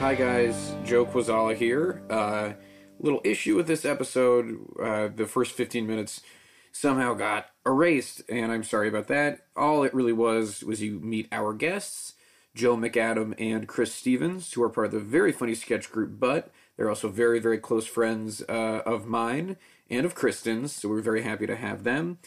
Hi guys, Joe Quazala here. Uh, little issue with this episode. Uh, the first 15 minutes somehow got erased, and I'm sorry about that. All it really was was you meet our guests, Joe McAdam and Chris Stevens, who are part of the very funny sketch group, but they're also very, very close friends uh, of mine and of Kristen's, so we're very happy to have them.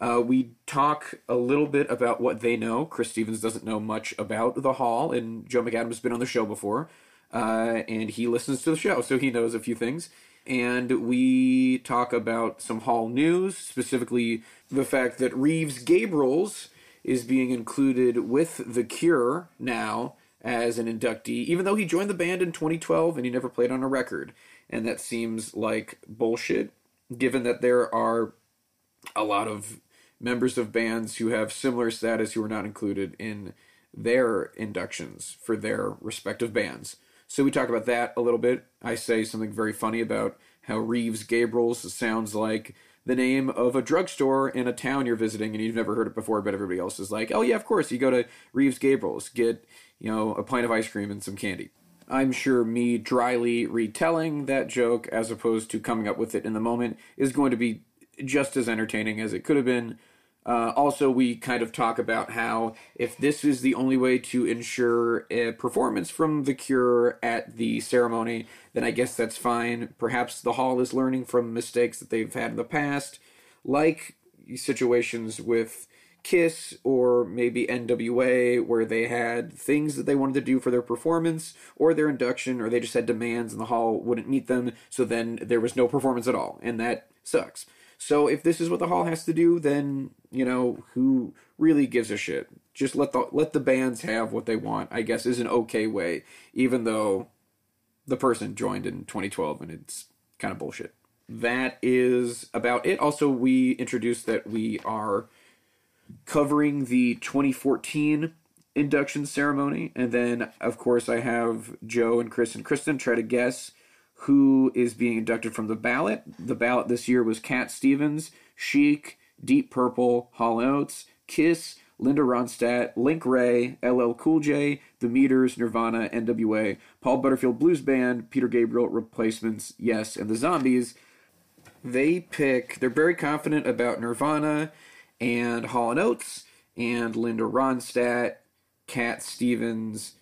Uh, we talk a little bit about what they know. Chris Stevens doesn't know much about the hall, and Joe McAdam has been on the show before, uh, and he listens to the show, so he knows a few things. And we talk about some hall news, specifically the fact that Reeves Gabrels is being included with The Cure now as an inductee, even though he joined the band in 2012 and he never played on a record. And that seems like bullshit, given that there are a lot of members of bands who have similar status who are not included in their inductions for their respective bands. So we talk about that a little bit. I say something very funny about how Reeves Gabrels sounds like the name of a drugstore in a town you're visiting and you've never heard it before, but everybody else is like, oh yeah, of course, you go to Reeves Gabrels, get, you know, a pint of ice cream and some candy. I'm sure me dryly retelling that joke as opposed to coming up with it in the moment is going to be just as entertaining as it could have been. Uh, also, we kind of talk about how if this is the only way to ensure a performance from The Cure at the ceremony, then I guess that's fine. Perhaps the hall is learning from mistakes that they've had in the past, like situations with Kiss or maybe NWA, where they had things that they wanted to do for their performance or their induction, or they just had demands and the hall wouldn't meet them, so then there was no performance at all, and that sucks. So if this is what the hall has to do, then you know who really gives a shit. Just let the let the bands have what they want. I guess is an okay way, even though the person joined in 2012 and it's kind of bullshit. That is about it. Also, we introduced that we are covering the 2014 induction ceremony, and then of course I have Joe and Chris and Kristen try to guess who is being inducted from the ballot. The ballot this year was Cat Stevens, Chic, Deep Purple, Hall and Oates, Kiss, Linda Ronstadt, Link Ray, LL Cool J, The Meters, Nirvana, NWA, Paul Butterfield Blues Band, Peter Gabriel, Replacements, Yes, and The Zombies. They pick, they're very confident about Nirvana and Hall and Oates and Linda Ronstadt, Cat Stevens,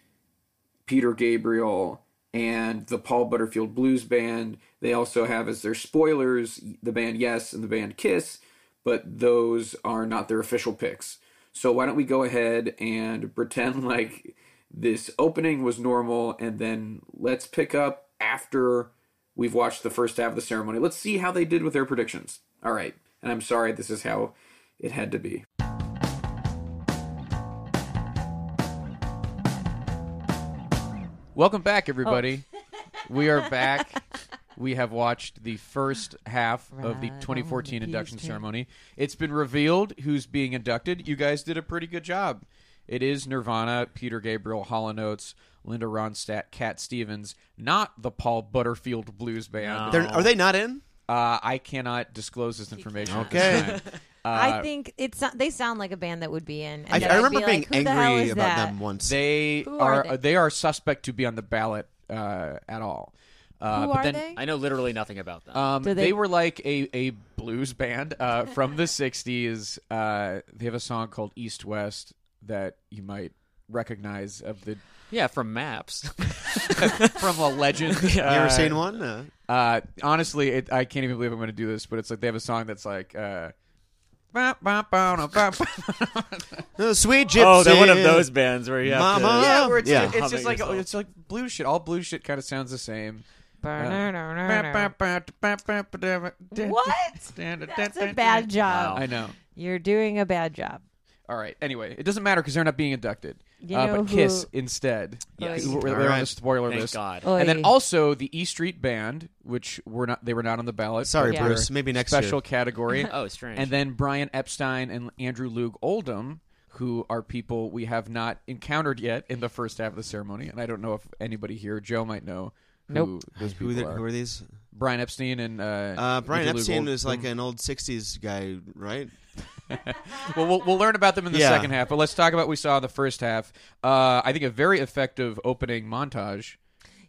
Peter Gabriel and the Paul Butterfield Blues Band. They also have as their spoilers the band Yes and the band Kiss, but those are not their official picks. So why don't we go ahead and pretend like this opening was normal and then let's pick up after we've watched the first half of the ceremony. Let's see how they did with their predictions. All right. And I'm sorry this is how it had to be. Welcome back, everybody. Oh. we are back. We have watched the first half of the 2014 induction ceremony. It's been revealed who's being inducted. You guys did a pretty good job. It is Nirvana, Peter Gabriel, Hollow Notes, Linda Ronstadt, Cat Stevens, not the Paul Butterfield Blues Band. They're, are they not in? Uh, I cannot disclose this information. at Okay. this time. I think it's they sound like a band that would be in. and Uh, I, that I I'd remember be being like, "Who the hell angry is about that?" them once. They Who are, are they? they? are suspect to be on the ballot uh, at all. Uh, Who but are then, they? I know literally nothing about them. Um, Do they, they- were like a, a blues band uh, from the 60s. Uh, they have a song called East West that you might recognize of the yeah, from Maps. from a legend. You ever Uh, seen one? Uh, Uh, honestly, it, I can't even believe I'm going to do this, but it's like they have a song that's like. Uh, ba, ba, ba, da, ba, ba. the sweet gypsy. oh, they're one of those bands where you have Mama. yeah, where it's, Yeah. it's just Humming like oh, yourself. it's like blues shit. All blues shit kind of sounds the same. uh, What? What? That's a bad job. I know. You're doing a bad job. All right. Anyway, it doesn't matter because they're not being inducted. You uh, know but who- Kiss instead. Yes. Who- They're All on right. the spoiler Thank list. God. Oy. And then also the E Street Band, which were not they were not on the ballot. Sorry, but Yeah. Bruce. they're Maybe next special year. category. Oh, strange. And then Brian Epstein and Andrew Lug Oldham, who are people we have not encountered yet in the first half of the ceremony. And I don't know if anybody here, Joe, might know who Nope. those Who, people the, are. who are these? Brian Epstein and uh, Uh, Brian Andrew Lug Epstein was Oldham. like an old '60s guy, right? Well, we'll, we'll learn about them in the Yeah. second half, but let's talk about what we saw in the first half. Uh, I think a very effective opening montage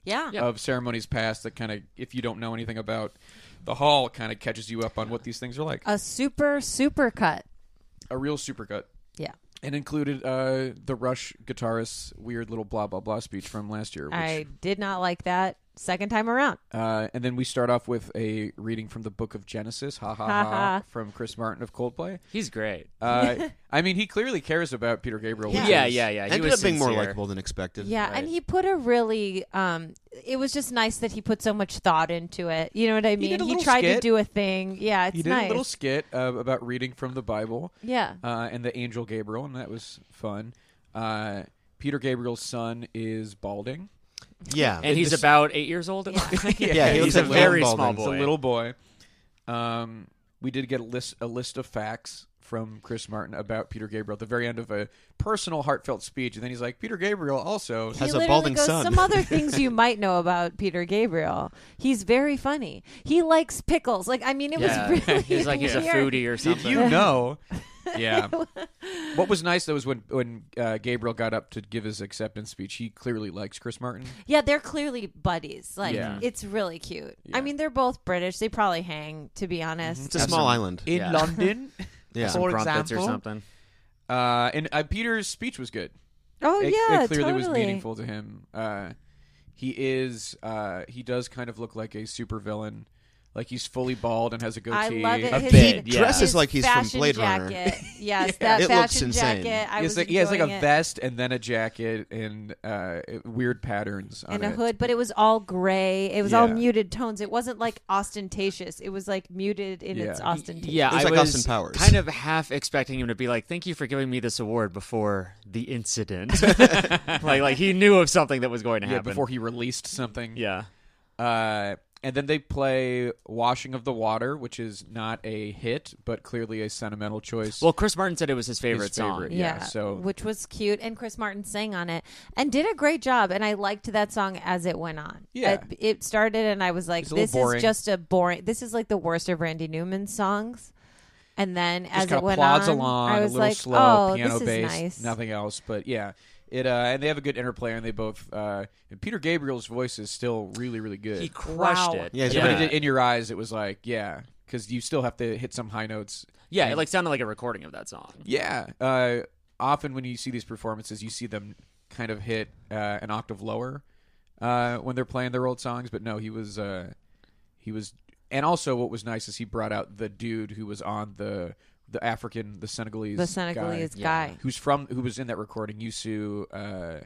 Yeah. of ceremonies past that kind of, if you don't know anything about the hall, kind of catches you up on what these things are like. A super super cut. a real supercut. Yeah. And included uh, the Rush guitarist's weird little blah blah blah speech from last year. Which, I did not like that second time around. uh, and then we start off with a reading from the Book of Genesis, ha ha ha, ha. from Chris Martin of Coldplay. He's great. Uh, I mean, he clearly cares about Peter Gabriel. which yeah, is- yeah, yeah. He Ended was up being more sincere. likable than expected. Yeah, and he put a really um it was just nice that he put so much thought into it. You know what I mean? did a little tried to skit. do a thing. Yeah, it's He did nice. a little skit uh, about reading from the Bible. yeah. uh, and the angel Gabriel, and that was fun. Uh, Peter Gabriel's son is balding. yeah. And he's about eight years old. Yeah, Yeah, he looks he's a like William very Baldwin. small He's boy. a little boy. Um, we did get a list a list of facts from Chris Martin about Peter Gabriel at the very end of a personal, heartfelt speech, and then he's like, "Peter Gabriel also." has he a literally balding goes, son. Some other things you might know about Peter Gabriel. He's very funny. He likes pickles. Like I mean, it yeah. was really he's like he's a weird. foodie or Did something. you know? yeah. What was nice though was when when uh, Gabriel got up to give his acceptance speech. He clearly likes Chris Martin. Yeah, they're clearly buddies. Like Yeah. it's really cute. I mean, they're both British. They probably hang, to be honest. it's a small island. In Yeah. London, Yeah. Some for crumpets or example. something? Uh, and uh, Peter's speech was good. Oh it, yeah, it clearly totally. was meaningful to him. Uh, he is uh, he does kind of look like a supervillain. Like he's fully bald and has a goatee. I love it. A his, bit, his yeah. Dresses like he's from fashion Blade Runner. jacket. Yes, that It fashion looks insane. jacket. I He was has, like, he has like enjoying a it. vest and then a jacket and uh, weird patterns on and a it. hood, but it was all gray. It was all Yeah. muted tones. It wasn't like ostentatious. It was like muted in its Yeah. ostentation. Yeah, It was I like was Austin Powers. kind of half expecting him to be like, "Thank you for giving me this award before the incident." like, like he knew of something that was going to Yeah, happen before he released something. Yeah, Uh, and then they play "Washing of the Water," which is not a hit, but clearly a sentimental choice. well, Chris Martin said it was his favorite, favorite, song. yeah, so- which was cute, and Chris Martin sang on it and did a great job. And I liked that song as it went on. Yeah. it, it started, and I was like, It's a little "This boring. is just a boring. This is like the worst of Randy Newman's songs." And then as just it kind of went plods on, along, I was a little like, slow, "Oh, piano this bass, is nice." nothing else. But yeah, it uh, and they have a good interplay, and they both. Uh, and Peter Gabriel's voice is still really, really good. He crushed it. Yeah, he's yeah. But Yeah. it did in your eyes, it was like yeah, because you still have to hit some high notes. Yeah, it like sounded like a recording of that song. Yeah, uh, often when you see these performances, you see them kind of hit uh, an octave lower uh, when they're playing their old songs. But no, he was uh, he was, and also what was nice is he brought out the dude who was on the. The African, the Senegalese, the guy. Senegalese guy, who's from who was in that recording Yusu uh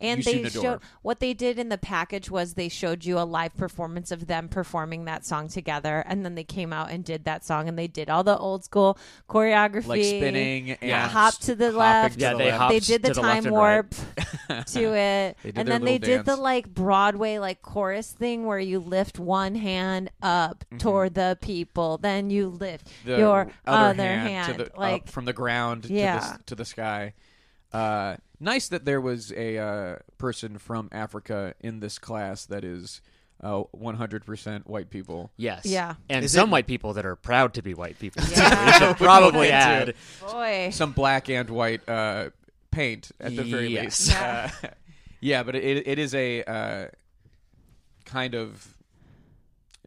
and Yusu they Nador. showed what they did in the package was they showed you a live performance of them performing that song together, and then they came out and did that song, and they did all the old school choreography, like spinning and Yeah. Hop to the hopping left. to Yeah, the they left. hopped they did the to the left time and warp right. to it They did and their then they little did the dance. like broadway like chorus thing where you lift one hand up toward the people then you lift Mm-hmm. The your other, other hand, to the, like up from the ground to, the, Yeah. s- to the sky. Uh, nice that there was a uh, person from Africa in this class that is uh, 100% white people. Yes. Yeah. And Is some it- white people that are proud to be white people. Yeah. we should probably add. boy Some black and white uh, paint at the very Yes. least. Uh, yeah, but it, it is a uh, kind of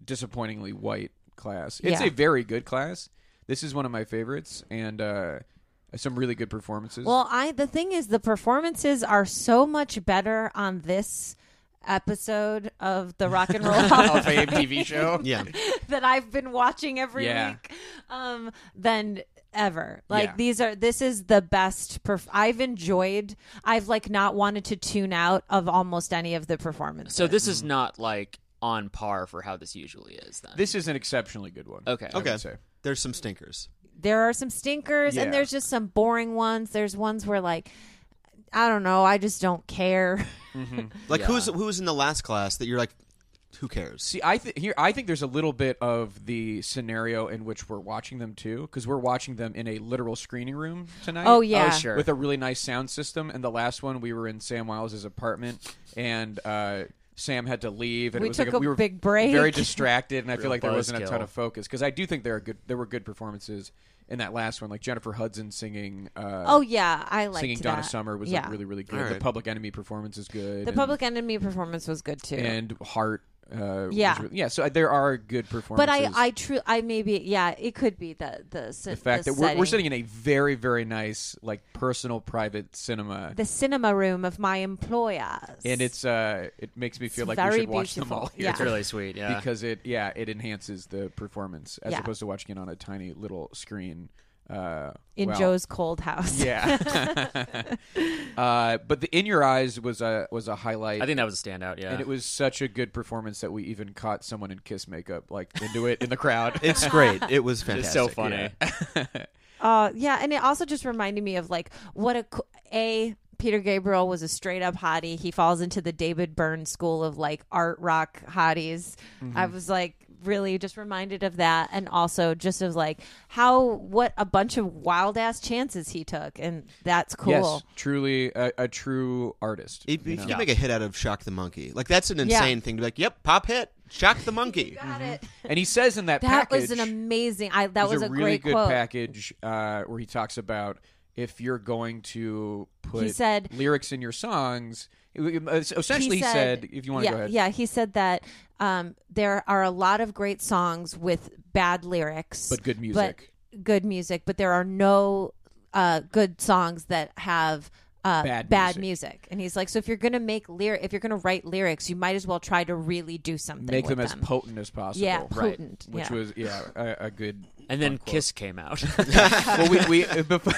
disappointingly white class. It's Yeah. a very good class. This is one of my favorites, and uh, some really good performances. Well, I the thing is the performances are so much better on this episode of the Rock and Roll Hall of of a TV show. Yeah. that I've been watching every Yeah. week um, than ever. Like Yeah. these are this is the best. Perf- I've enjoyed. I've like not wanted to tune out of almost any of the performances. So this is not like on par for how this usually is. Then This is an exceptionally good one. okay, I would Okay. say. There's some stinkers. there are some stinkers Yeah. and there's just some boring ones. There's ones where like I don't know. I just don't care. Like Yeah. who's who's in the last class that you're like, who cares? See, I th- here I think there's a little bit of the scenario in which we're watching them too, because we're watching them in a literal screening room tonight. Oh yeah. sure. with a really nice sound system. And the last one, we were in Sam Wiles's apartment, and uh, Sam had to leave, and it We was took like a we were big break. very distracted, and I feel like there wasn't a ton buzzkill. of focus because I do think there are good, there were good performances in that last one, like Jennifer Hudson singing. Uh, Oh yeah, I like Singing that. Donna Summer was Yeah. like really really good. All The right. Public Enemy performance is good. The and, Public Enemy performance was good too. and Heart. Uh, was Yeah. really- yeah. So uh, there are good performances. but I, I true, I maybe, yeah, it could be the the, the fact that we're, we're sitting in a very very nice like personal private cinema the cinema room of my employers, and it's uh it makes me feel like we very should watch them beautiful. all here Yeah. It's really sweet. Yeah. because it yeah it enhances the performance as Yeah. opposed to watching it on a tiny little screen uh in well, Joe's cold house. yeah uh but the in your eyes was a was a highlight I think that was a standout. Yeah, and uh, it was such a good performance that we even caught someone in kiss makeup like into it in the crowd It's great. It was fantastic. It's so funny. Uh, yeah, and it also just reminded me of like what a co- a Peter Gabriel was a straight up hottie. He falls into the David Byrne school of like art rock hotties. Mm-hmm. I was like really just reminded of that, and also just of like how what a bunch of wild ass chances he took, and that's cool. yes truly a, a true artist If, if you can make a hit out of Shock the Monkey, like that's an Yeah. insane thing to be like, yep, pop hit, Shock the Monkey. Got it. and he says in that That package, was an amazing. I that was There's a, a, really great good quote. package uh, where he talks about if you're going to put He said- lyrics in your songs. um, Essentially, he said, if you want yeah, to go ahead, yeah, he said that um, there are a lot of great songs with bad lyrics, But good music. but good music, but there are no uh, good songs that have. Uh, Bad music. and he's like, so if you're gonna make lyric, if you're gonna write lyrics, you might as well try to really do something. make them with as potent as possible. Yeah, potent. Which yeah. was yeah a, a good. and then Kiss came out. well, we, we before,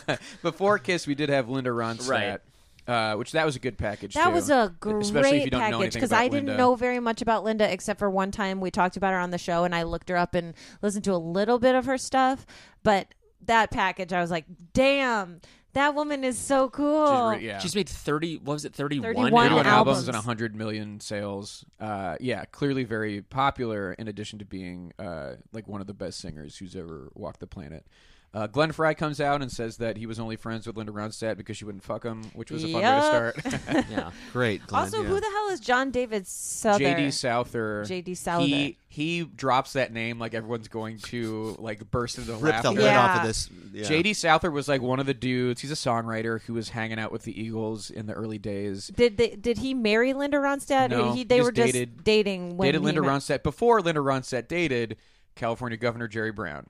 before Kiss, we did have Linda Ronstadt. Right. Uh, which that was a good package. That too. was a Especially if you great don't know package anything because about I didn't Linda. know very much about Linda except for one time we talked about her on the show and I looked her up and listened to a little bit of her stuff. But that package, I was like, damn, that woman is so She's cool. re- yeah. She's made thirty. What was it? Thirty-one. 31 31 albums. albums, and 100 million sales. Uh, yeah, clearly very popular. In addition to being uh, like one of the best singers who's ever walked the planet. Uh, Glenn Fry comes out and says that he was only friends with Linda Ronstadt because she wouldn't fuck him, which was a fun way Yup. to start. Yeah. Great. Glenn, Also, yeah. who the hell is John David Souther? J.D. Souther. J.D. Souther. He he drops that name like everyone's going to like burst into ripped laughter. the lid Yeah. off of this? Yeah. J.D. Souther was like one of the dudes. He's a songwriter who was hanging out with the Eagles in the early days. did they, did he marry Linda Ronstadt? No, or he, they he were just just dated- dating when dated he Linda met- Ronstadt before Linda Ronstadt dated California Governor Jerry Brown.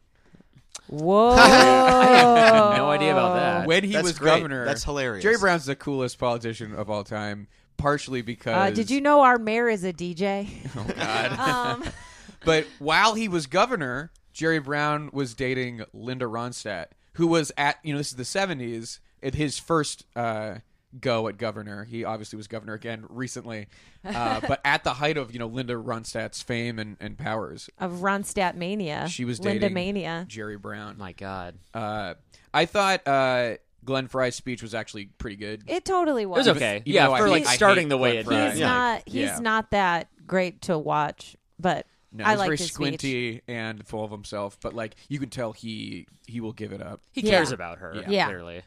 Whoa, Uh, No idea about that. when he That's was great. governor, That's hilarious. Jerry Brown's the coolest politician of all time, partially Uh, because. did you know our mayor is a DJ? Oh God! Um, but while he was governor, Jerry Brown was dating Linda Ronstadt, who was at you know this is the seventies. At his first uh, go at governor, he obviously was governor again recently, uh, but at the height of you know Linda Ronstadt's fame and, and powers, of Ronstadt mania. she was Uh, Linda dating mania. Jerry Brown. My God. Uh, I thought uh, Glenn Fry's speech was actually pretty good. It totally was. It was okay. even yeah, though I for like hate- I starting hate the way it Glenn Fry. did. He's Yeah. not. He's Yeah. not that great to watch, but No, I he's like very his speech. squinty and full of himself, but like you can tell he he will give it up. He Yeah. cares about her. Yeah. Clearly.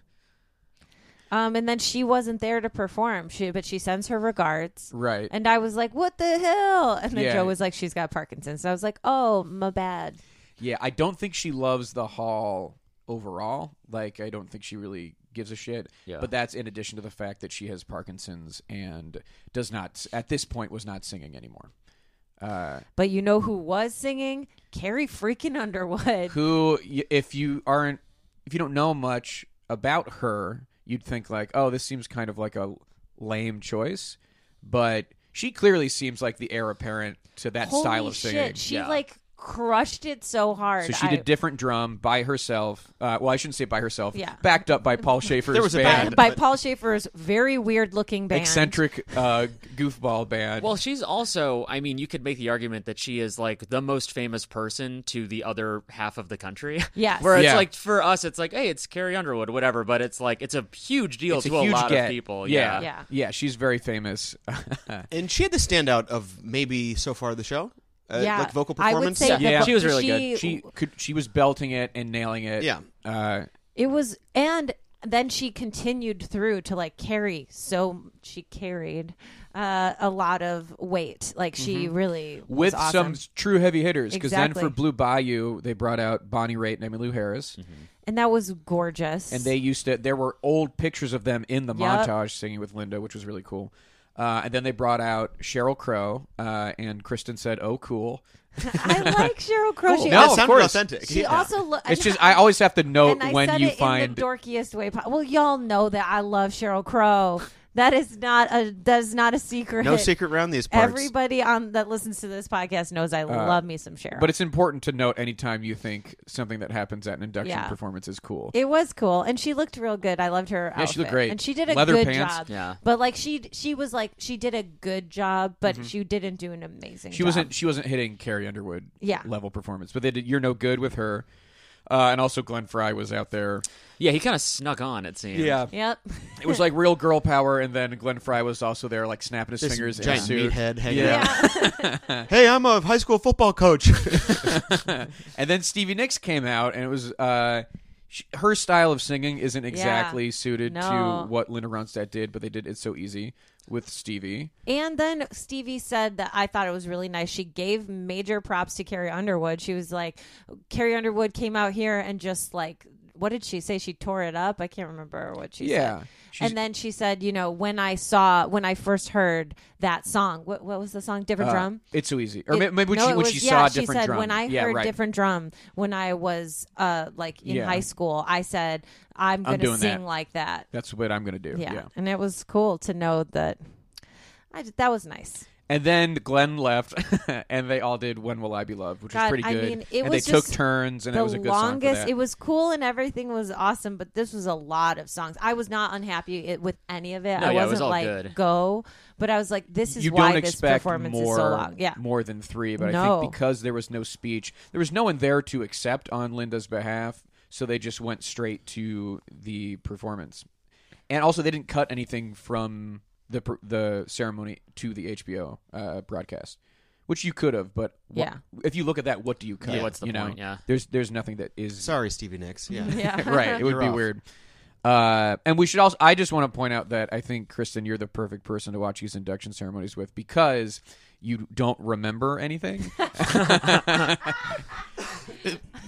Um, and then she wasn't there to perform. She, but she sends her regards. Right. And I was like, "What the hell?" And then Yeah. Joe was like, "She's got Parkinson's." So I was like, "Oh, my bad." yeah, I don't think she loves the hall overall. Like I don't think she really gives a shit. Yeah. But that's in addition to the fact that she has Parkinson's and does not at this point was not singing anymore. Uh, But you know who was singing? Carrie freaking Underwood. who y- if you aren't if you don't know much about her you'd think like oh this seems kind of like a lame choice but she clearly seems like the heir apparent to that Holy style of singing shit, she like crushed it so hard. so she I- did different drum by herself uh, well i shouldn't say by herself Yeah. backed up by paul schaefer's There was a band, band. by Paul Schaefer's very weird looking band. eccentric uh, goofball band Well, she's also, I mean, you could make the argument that she is like the most famous person to the other half of the country. Yes. Where it's Yeah. like for us, it's like, hey, it's Carrie Underwood, whatever, but it's like, it's a huge deal it's a to huge lot get. of people. yeah. Yeah. Yeah. yeah she's very famous And she had the standout of maybe so far the show. Uh, yeah, Like vocal I would performance. say Yeah. that She was she- really she could she was belting it and nailing it Yeah. uh, It was, and then she continued through to like carry. So she carried uh, a lot of weight. Like she really was Mm-hmm. with awesome. some true heavy hitters because Exactly. then for Blue Bayou they brought out Bonnie Raitt and Emmylou Harris and that was gorgeous. and they used to there were old pictures of them in the Yup. montage singing with Linda which was really cool uh, and then they brought out Cheryl Crow uh, and Kristen said oh cool I like Cheryl Crow. She, No, of it sounded course. authentic. she also lo- it's and just I always have to note and I when said you it in find the dorkiest way. po- Well, y'all know that I love Cheryl Crow. That is not a that is not a secret. no secret around these parts. Everybody on that listens to this podcast knows I Uh, love me some Cheryl. but it's important to note anytime you think something that happens at an induction Yeah. performance is cool It was cool, and she looked real good. I loved her. Yeah, she looked outfit. great. and she did a Leather good pants. job. Yeah. but like she she was like she did a good job, but she didn't do an Mm-hmm. amazing. she job. wasn't she wasn't hitting Carrie Underwood Yeah. level performance but they did You're No Good with her uh, and also Glenn Fry was out there Yeah, he kind of snuck on, it seems. Yep. It was like real girl power, and then Glenn Fry was also there, like snapping his This fingers in a giant suit. meathead hanging yeah. out. Hey, I'm a high school football coach. and then Stevie Nicks came out, and it was uh, sh her style of singing isn't exactly suited No. to what Linda Ronstadt did, but they did it so easy with Stevie. And then Stevie said that I thought it was really nice. She gave major props to Carrie Underwood. She was like, Carrie Underwood came out here and just like, what did she say? She tore it up. I can't remember what she Yeah. said. She's- and then she said, you know, when I saw, when I first heard that song, what, what was the song? Different Drum? Uh, It's so easy, or It- ma- maybe when no, she, it when was- she yeah, saw different she said, drum. When I yeah, heard right. different drum, when I was uh, like in Yeah. high school, I said, I'm going to doing sing that. like that. That's what I'm gonna do. Yeah. Yeah. and it was cool to know that. I just, that was nice. And then Glenn left, and they all did "When Will I Be Loved," which God, was pretty I good. mean, it and was they took just turns, and the it was a good song. For longest. that. It was cool and everything was awesome, but this was a lot of songs. I was not unhappy it, with any of it. No, I yeah, it was wasn't all like good. go, but I was like, this is you why don't this expect performance more, is so long. Yeah, more than three, but I No. think because there was no speech, there was no one there to accept on Linda's behalf, so they just went straight to the performance. And also, they didn't cut anything from the per- the ceremony to the HBO uh, broadcast, which you could have. But wha- Yeah. if you look at that, what do you cut? Yeah, what's the you know? point? Yeah. there's there's nothing that is Sorry, Stevie Nicks. Yeah. yeah. right. It would You're be off. weird. Uh, and we should also. I just want to point out that I think Kristen, you're the perfect person to watch these induction ceremonies with because you don't remember anything.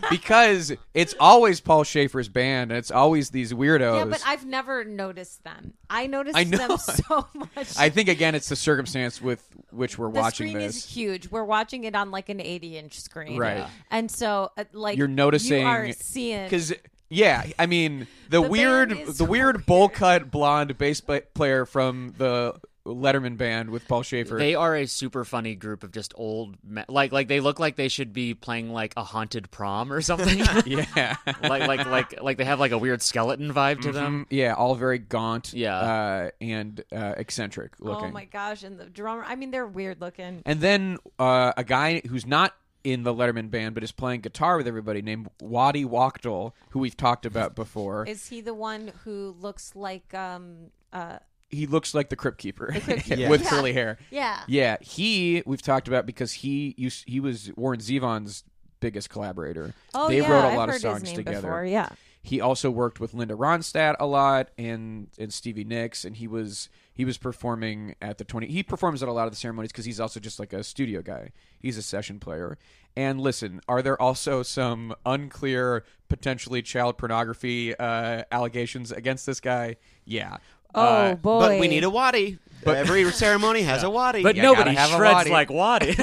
because it's always Paul Schaefer's band, and it's always these weirdos. yeah, but I've never noticed them. I noticed I know. them so much. I think again, it's the circumstance with which we're the watching screen this. is huge. We're watching it on like an 80 inch screen, Right. Yeah. And so, uh, like, you're noticing you are seeing because yeah i mean the, The weird band is the so weird bowl cut blonde bass pla- player from the letterman band with paul schaefer They are a super funny group of just old, me- like like they look like they should be playing like a haunted prom or something. yeah Mm-hmm. like like like like they have like a weird skeleton vibe to them. Um, yeah all very gaunt Yeah. uh, and uh, eccentric looking Oh my gosh! And the drummer. I mean, they're weird looking. and then uh, a guy who's not in the letterman band but is playing guitar with everybody named waddy wachtel who we've talked about before Is he the one who looks like um uh he looks like the crypt keeper Keeper. with Yeah. curly hair yeah Yeah, he we've talked about because he used he was Warren Zevon's biggest collaborator. oh they yeah wrote a I've lot heard of songs his name together. before yeah He also worked with Linda Ronstadt a lot and and Stevie Nicks, and he was he was performing at the twenty. He performs at a lot of the ceremonies because he's also just like a studio guy. He's a session player. And listen, are there also some unclear, potentially child pornography uh, allegations against this guy? Yeah. Oh Uh, boy! But we need a waddy. Every ceremony has a waddy. But You nobody gotta have a shreds body. like Waddy.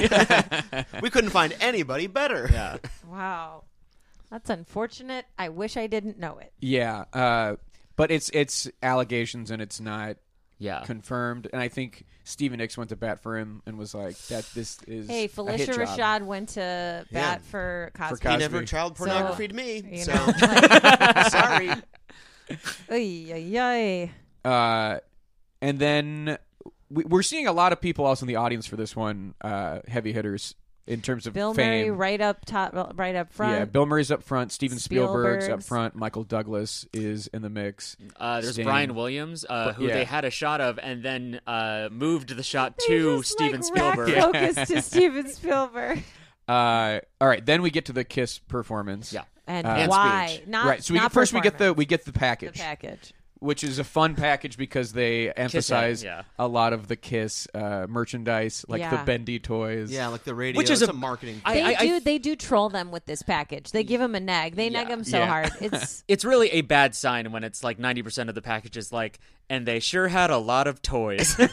we couldn't find anybody better. Yeah. wow. That's unfortunate. I wish I didn't know it. Yeah, uh, but it's it's allegations and it's not Ah. Yeah. confirmed. And I think Stephen Nicks went to bat for him and was like, "That this is Hey, a hit Felicia job." Rashad went to Yeah. bat for Cosby. Cosby. He never child So, pornographied me. you So know, sorry. Ay, ay, ay. Uh, and then we, we're seeing a lot of people also in the audience for this one, uh, heavy hitters in terms of Bill fame. Murray right up top, right up front. Yeah, Bill Murray's up front. Steven Spielberg's, up Spielberg's. front. Michael Douglas is in the mix. Uh, there's there's Sting. Brian Williams, uh, who yeah. they had a shot of and then uh, moved the shot They to just, Steven like, rack Spielberg. Focus to Steven Spielberg. Uh, all right, then we get to the Kiss performance. Yeah. And And why? speech. Not Uh, right. So we, not first we get the performance. we get the package. the package. which is a fun package because they emphasize yeah. a lot of the Kiss uh, merchandise, like Yeah. the bendy toys. Yeah, like the radio. Which is it's a- a marketing. I- They I- I- do. they do troll them with this package. They give them a nag. They nag them so Yeah. hard. It's It's really a bad sign when it's like 90% of the package is like, and they sure had a lot of toys.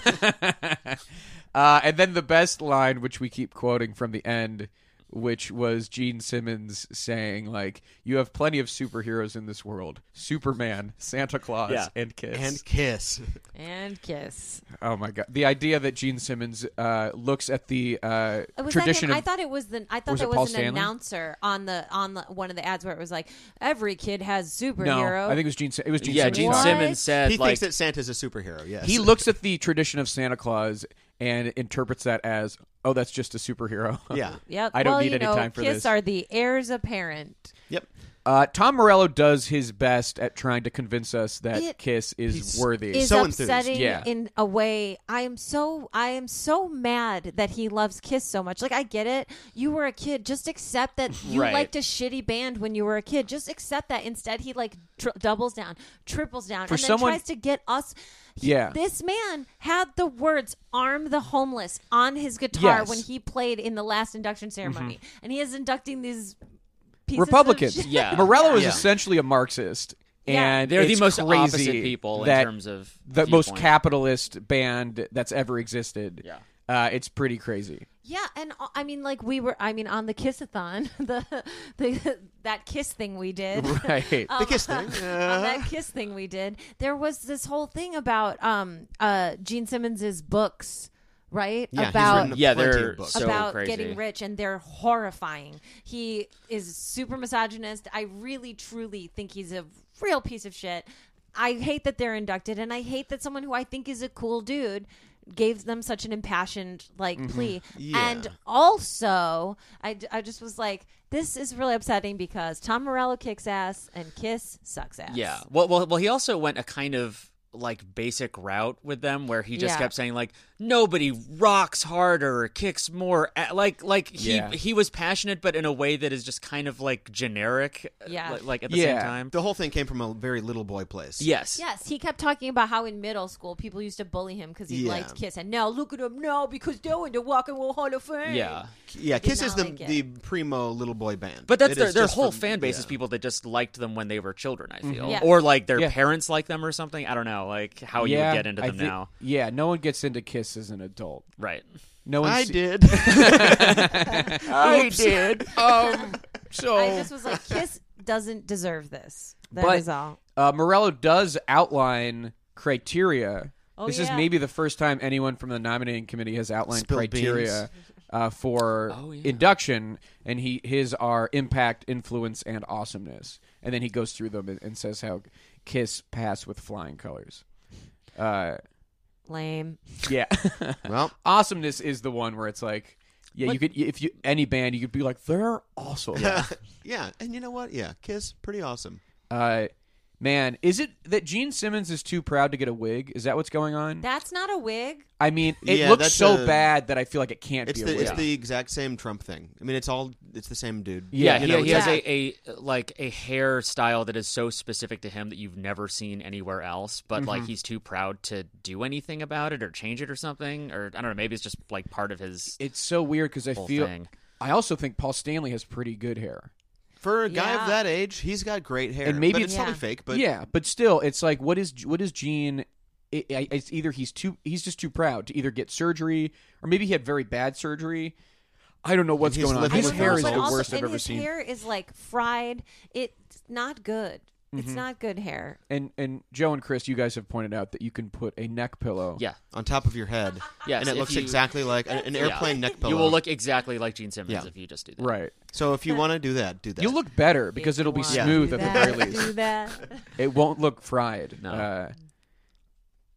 Uh, and then the best line, which we keep quoting from the end, which was Gene Simmons saying, like, you have plenty of superheroes in this world. Superman, Santa Claus, Yeah. and Kiss. and kiss. and kiss. oh my god. The idea that Gene Simmons uh, looks at the uh, It Oh, was tradition of like an, I thought it was the I thought was there it Paul was an Stanley? announcer on the on the, one of the ads where it was like every kid has superhero. no, I think it was Gene. Si- It was Gene yeah, Simmons. Gene What? Simmons said, He like, thinks that Santa's a superhero. Yes. He looks at the tradition of Santa Claus and interprets that as, oh, that's just a superhero. Yeah. Yep. I don't well, need you any know, time for kiss this. are the heirs apparent. Yep. Uh, Tom Morello does his best at trying to convince us that It- Kiss is worthy. Is so enthused. upsetting Yeah. in a way. I am so I am so mad that he loves Kiss so much. Like I get it. You were a kid. Just accept that you Right. liked a shitty band when you were a kid. Just accept that. Instead, he like tr- doubles down, triples down, For and then someone- tries to get us. he- Yeah. This man had the words "arm the homeless" on his guitar Yes. Mm-hmm. when he played in the last induction ceremony, and he is inducting these pieces of Republicans. shit. Yeah. Morello is Yeah. essentially a Marxist. Yeah. And they're the it's most crazy opposite people in that terms of the most viewpoint. capitalist band that's ever existed. Yeah. Uh, it's pretty crazy. Yeah, and uh, I mean, like we were. I mean, on the kissathon, the the that kiss thing we did, Right. Um, The kiss thing. on Uh, that kiss thing we did, there was this whole thing about um uh Gene Simmons's books, right? yeah. about he's written Yeah, plenty they're of books. so- about crazy. getting rich and they're horrifying. He is super misogynist. I really truly think he's a real piece of shit. I hate that they're inducted and I hate that someone who I think is a cool dude gave them such an impassioned like Mm-hmm. plea. Yeah. And also, I, I just was like this is really upsetting because Tom Morello kicks ass and Kiss sucks ass. Yeah. Well, well, well. He also went a kind of like basic route with them, where he just Yeah. kept saying like nobody rocks harder, or kicks more. a- Like, like he Yeah. he was passionate, but in a way that is just kind of like generic. uh, Yeah. Like, like, at the Yeah. same time. The whole thing came from a very little boy place. Yes. Yes, he kept talking about how in middle school people used to bully him because he Yeah. liked Kiss, and now look at him now because they're in the Walking Wall Hall of Fame. Yeah. Yeah. Kiss is not the like it. the primo little boy band. But that's It their, is their just whole from- fan base yeah. is people that just liked them when they were children. I feel, Yeah. or like their Mm-hmm. Yeah. parents liked them or something. I don't know, like how Oh, you yeah, would get into I them thi- now, Yeah, no one gets into Kiss as an adult. right? No one. I se- did. I did. Um, so I just was like, Kiss doesn't deserve this. That is But- all. uh, Morello does outline criteria. Oh, this is yeah. maybe the first time anyone from the nominating committee has outlined Spilled criteria uh, for Oh, induction, and he his are impact, influence, and awesomeness. And then he goes through them and, and says how Kiss pass with flying colors. Uh, Lame. yeah, well, awesomeness is the one where it's like, yeah, you could if you any band you could be like they're awesome. yeah, and you know what? Yeah, Kiss, pretty awesome. Uh, Man, is it that Gene Simmons is too proud to get a wig? Is that what's going on? That's not a wig. I mean, it Yeah, looks that's so a- bad that I feel like it can't It's be a the wig. it's the exact same Trump thing. I mean, it's all it's the same dude. Yeah, Yeah, you he, know, he it's- has a, a like a hairstyle that is so specific to him that you've never seen anywhere else. But Mm-hmm. like he's too proud to do anything about it or change it or something. Or I don't know. Maybe it's just like part of his It's so weird because I whole feel. thing. I also think Paul Stanley has pretty good hair. For a guy Yeah. of that age, he's got great hair. And maybe but it's- it's probably Yeah. fake. But yeah, but still, it's like what is what is Gene? It, I- it's either he's too he's just too proud to either get surgery or maybe he had very bad surgery. I don't know what's he's going on. living His with hair those is but the also- worst I've and ever his seen. hair is like fried. It's not good. It's Mm-hmm. not good hair. And and Joe and Chris, you guys have pointed out that you can put a neck pillow. Yeah, on top of your head, Yes, and it if looks you- exactly like an, an airplane neck pillow. you will look exactly like Gene Simmons Yeah. if you just do that. Right. So if you want to do that, do that. You'll look better because it'll be If you Yeah. wanna smooth do at that, the very least. Do that. It won't look fried. No. Uh,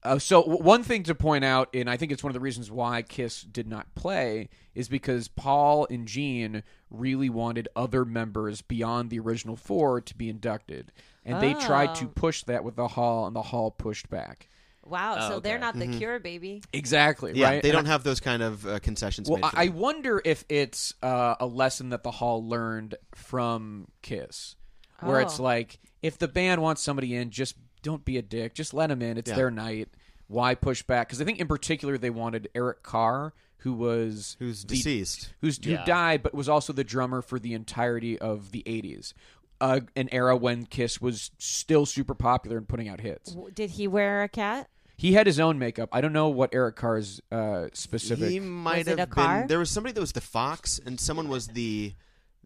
uh, so w- one thing to point out, and I think it's one of the reasons why Kiss did not play, is because Paul and Gene really wanted other members beyond the original four to be inducted, and they tried Oh. to push that with the Hall, and the Hall pushed back. Wow. Oh, so they're okay. not the Mm-hmm. cure, baby. Exactly. yeah, right. they And don't have those kind of uh, concessions. Well, made for I, I them. wonder if it's uh, a lesson that the Hall learned from Kiss, where it's Oh. like if the band wants somebody in, just don't be a dick, just let them in. It's Yeah. their night. Why push back? Because I think in particular they wanted Eric Carr, who was who's the- deceased. who's who Yeah. died, but was also the drummer for the entirety of the '80s, uh, an era when Kiss was still super popular and putting out hits. W- Did he wear a cat? He had his own makeup. I don't know what Eric Carr's uh, specific. He might Was it have a car? been. There was somebody that was the fox, and someone was the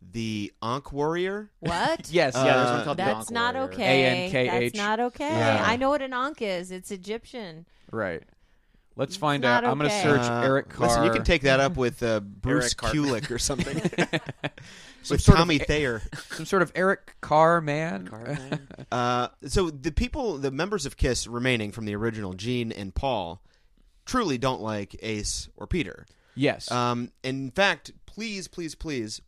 the Ankh warrior. yes, What? Yeah, there's one Uh, called the That's Ankh not Warrior. okay. A-N-K-H. That's not okay. Yeah. I know what an ankh is. It's Egyptian. Right. Let's find out. not I'm going to okay. search Uh, Eric Carr. Listen, you can take that up with uh, Bruce Eric Carr. Kulick or something. Some with sort of Tommy e- Thayer. some sort of Eric Carr man. Uh, so the people, the members of Kiss remaining from the original, Gene and Paul, truly don't like Ace or Peter. yes. Um, in fact, please, please, please,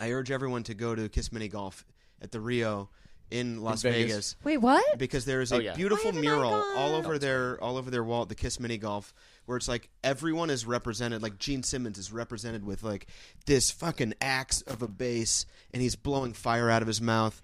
I urge everyone to go to Kiss Mini Golf at the Rio in Las Vegas. Vegas. Wait, what? because there is a Oh, yeah. beautiful Why haven't I mural gone? all over their all over their wall at the Kiss Mini Golf where it's like everyone is represented like Gene Simmons is represented with like this fucking axe of a bass and he's blowing fire out of his mouth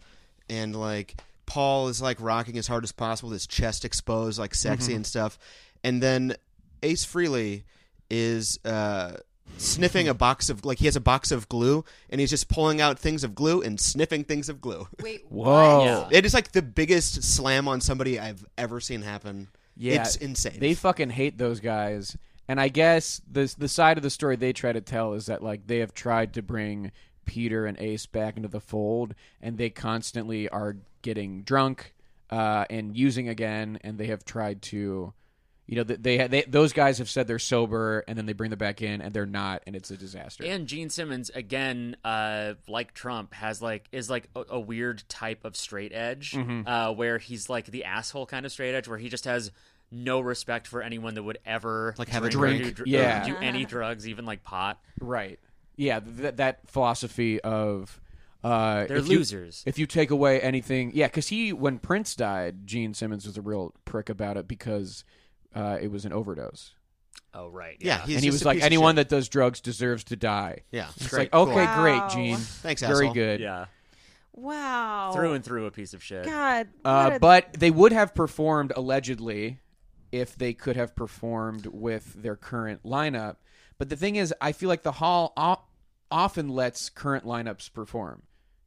and like Paul is like rocking as hard as possible his chest exposed like Mm-hmm. sexy and stuff and then Ace Freely is uh sniffing a box of like he has a box of glue and he's just pulling out things of glue and sniffing things of glue Wait. Whoa. Yeah. it is like the biggest slam on somebody I've ever seen happen. Yeah. It's insane. They fucking hate those guys. And I guess the the side of the story they try to tell is that like they have tried to bring Peter and Ace back into the fold, and they constantly are getting drunk uh, and using again, and they have tried to. You know, th- they, they those guys have said they're sober, and then they bring them back in, and they're not, and it's a disaster. And Gene Simmons again, uh, like Trump, has like is like a, a weird type of straight edge, uh, where he's like the asshole kind of straight edge, where he just has no respect for anyone that would ever Like, have a or drink. do, dr- Yeah. or do any drugs, even like pot. Right. Yeah, th- that philosophy of uh, They're if you- losers. if you take away anything, yeah, because he when Prince died, Gene Simmons was a real prick about it because uh, it was an overdose, Oh right, yeah, he's and he just was a like, piece of anyone shit. that does drugs deserves to die. Yeah. it's Great. like okay, Cool. great, Wow. Gene, Thanks, very asshole. good. yeah, Wow. through and through a piece of shit. Oh. God. Uh, what a- but they would have performed allegedly if they could have performed with their current lineup. But the thing is, I feel like the Hall o- often lets current lineups perform.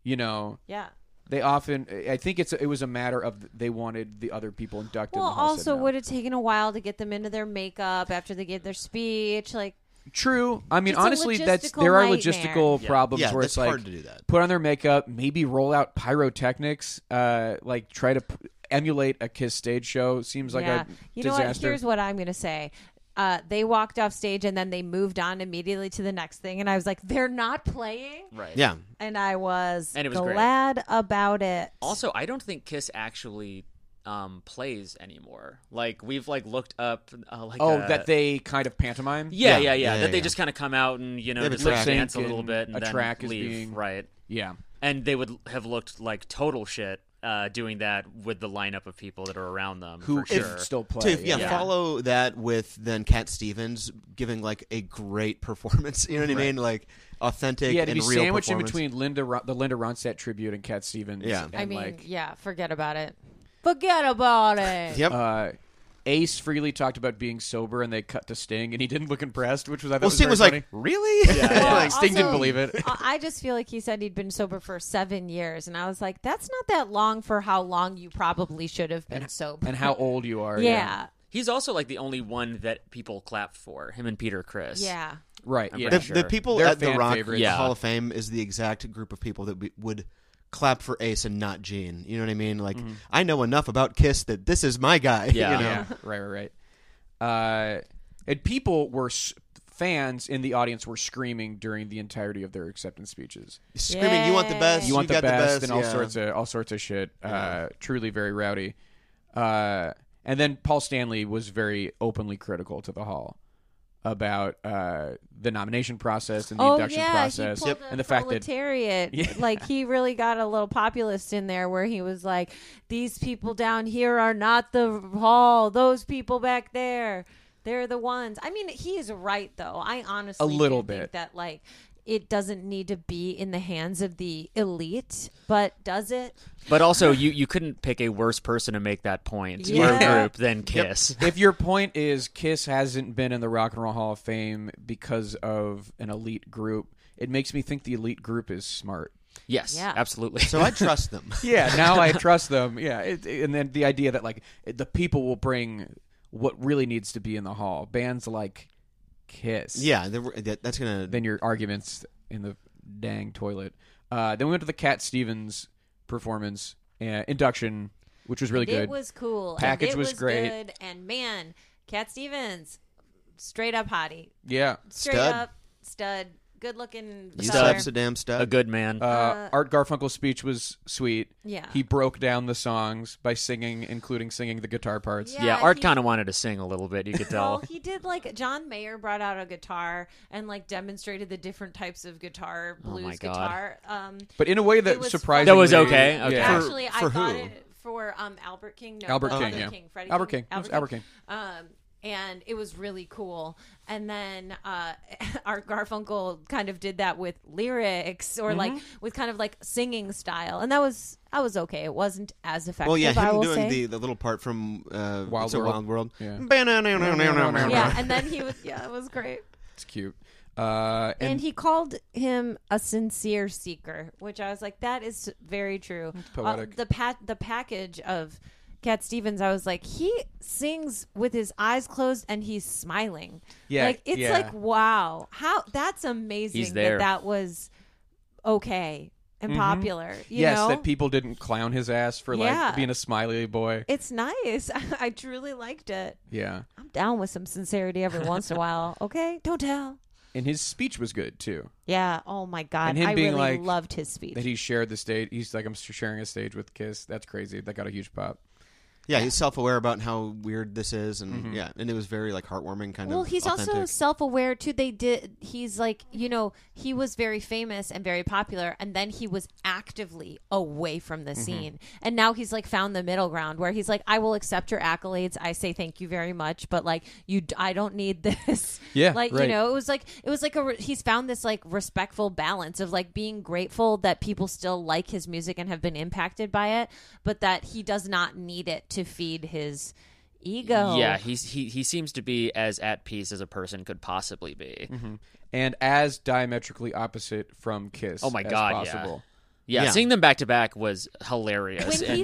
You know, yeah. they often. I think it's it was a matter of they wanted the other people inducted. Well, and the Hall also said no. would have taken a while to get them into their makeup after they get their speech. Like, True. I mean, It's a honestly, that's logistical there are nightmare. logistical problems Yeah, where that's it's like hard to do that. put on their makeup, maybe roll out pyrotechnics, uh, like try to p- emulate a Kiss stage show. Seems like yeah. a You know what? disaster. Here's what I'm gonna say. Uh, they walked off stage and then they moved on immediately to the next thing, and I was like, "They're not playing," Right. Yeah. and I was, And it was great. glad about it. Also, I don't think Kiss actually um, plays anymore. Like we've like looked up uh, like Oh, uh, that they kind of pantomime. Yeah, yeah, yeah. Yeah, yeah, that yeah, they yeah. just kind of come out and you know They have a just like track. dance a Sync little and bit and a then track is leave. being- Right. yeah. and they would have looked like total shit uh, doing that with the lineup of people that are around them. Who for if sure. still To, play? yeah, follow that with then Cat Stevens giving like a great performance. You know what I mean? Like authentic yeah, to and be real sandwiched in performance. between Linda, Ron- the Linda Ronstadt tribute and Cat Stevens. Yeah. and I mean, like, yeah, forget about it. Forget about it. Yep. uh, Ace freely talked about being sober, and they cut to Sting, and he didn't look impressed, which was I thought well, was Sting very was like, funny. "Really? Well, Like, Sting didn't also, believe it. I I just feel like he said he'd been sober for seven years, and I was like, that's not that long for how long you probably should have been sober. and how old you are. yeah, He's also like the only one that people clap for him and Peter Chris. yeah. right. Yeah, The, the people They're at the fan Rock favorites. Yeah. Hall of Fame is the exact group of people that we would clap for Ace and not Gene. You know what I mean? Like I know enough about Kiss that this is my guy. Yeah. you know? Mm-hmm. Yeah, right, right, right. Uh, and people were s- fans in the audience were screaming during the entirety of their acceptance speeches. Screaming, "You want the best? You, want the got best, and all yeah. sorts of all sorts of shit. Uh, truly very rowdy. Uh, and then Paul Stanley was very openly critical to the Hall about uh, the nomination process and the oh induction yeah, process he pulled a and the fact that proletariat. like he really got a little populist in there, where he was like, "These people down here are not the hall; those people back there, they're the ones." I mean, he is right though. I honestly A little do think bit. that like. It doesn't need to be in the hands of the elite, but does it? But also, you, you couldn't pick a worse person to make that point Yeah. or group than Kiss. if your point is Kiss hasn't been in the Rock and Roll Hall of Fame because of an elite group, it makes me think the elite group is smart. Yes, Yeah. absolutely. So I trust them. Yeah, now I trust them. Yeah, it, it- and then the idea that like it- the people will bring what really needs to be in the hall. Bands like Kiss. yeah, they were- that- that's gonna. Then your arguments in the dang toilet. Uh, then we went to the Cat Stevens performance uh, induction, which was really good. It was cool. and Package it was great. Good, and man, Cat Stevens, straight up hottie, yeah. straight Stud. up stud, good looking. you Stud. slaps a damn stud. A good man. Uh, Art Garfunkel's speech was sweet. Yeah. He broke down the songs by singing, including singing the guitar parts. yeah, Art he- kind of wanted to sing a little bit. You could Well, tell. Oh, he did like John Mayer brought out a guitar and like demonstrated the different types of guitar, blues Oh my God. guitar. Um, But in a way It that was surprisingly. That was okay, okay. Yeah. actually, I for thought who? it for um, Albert King. No, Albert King, not yeah. Freddie Albert King. It was Albert Um, and it was really cool. And then uh, Art Garfunkel kind of did that with lyrics or like Mm-hmm. with kind of like singing style, and that was I was okay. It wasn't as effective. Well, yeah, I him will doing say. the, the little part from uh, Wild It's a World. Wild World. Yeah. yeah, and then he was yeah, it was great. It's cute. Uh, and, and, he called him a sincere seeker, which I was like, that is very true. poetic. Uh, the pa- the package of Cat Stevens, I was like, he sings with his eyes closed and he's smiling. Yeah, like it's yeah. like wow, how that's amazing. He's there. That that was okay and popular. You Mm-hmm. yes, know? that people didn't clown his ass for like Yeah. being a smiley boy. it's nice. I truly liked it. Yeah. I'm down with some sincerity every once in a while. Okay, don't tell. And his speech was good too. Yeah. Oh my God, And him I being really like- loved his speech. That he shared the stage. He's like, I'm sharing a stage with Kiss. That's crazy. That got a huge pop. Yeah, he's self aware about how weird this is, and yeah, and it was very like heartwarming kind well of. he's also authentic. self-aware too they did he's like you know he was very famous and very popular and then he was actively away from the scene and now he's like found the middle ground where he's like i will accept your accolades i say thank you very much but like you d- i don't need this Yeah, like you right. know it was like it was like a re- he's found this like respectful balance of like being grateful that people still like his music and have been impacted by it but that he does not need it to feed his ego Yeah, he's, he he seems to be as at peace as a person could possibly be. And as diametrically opposite from Kiss. Oh my as God, yeah. Possible. Yeah, Yeah. seeing them back to back was hilarious. when and- he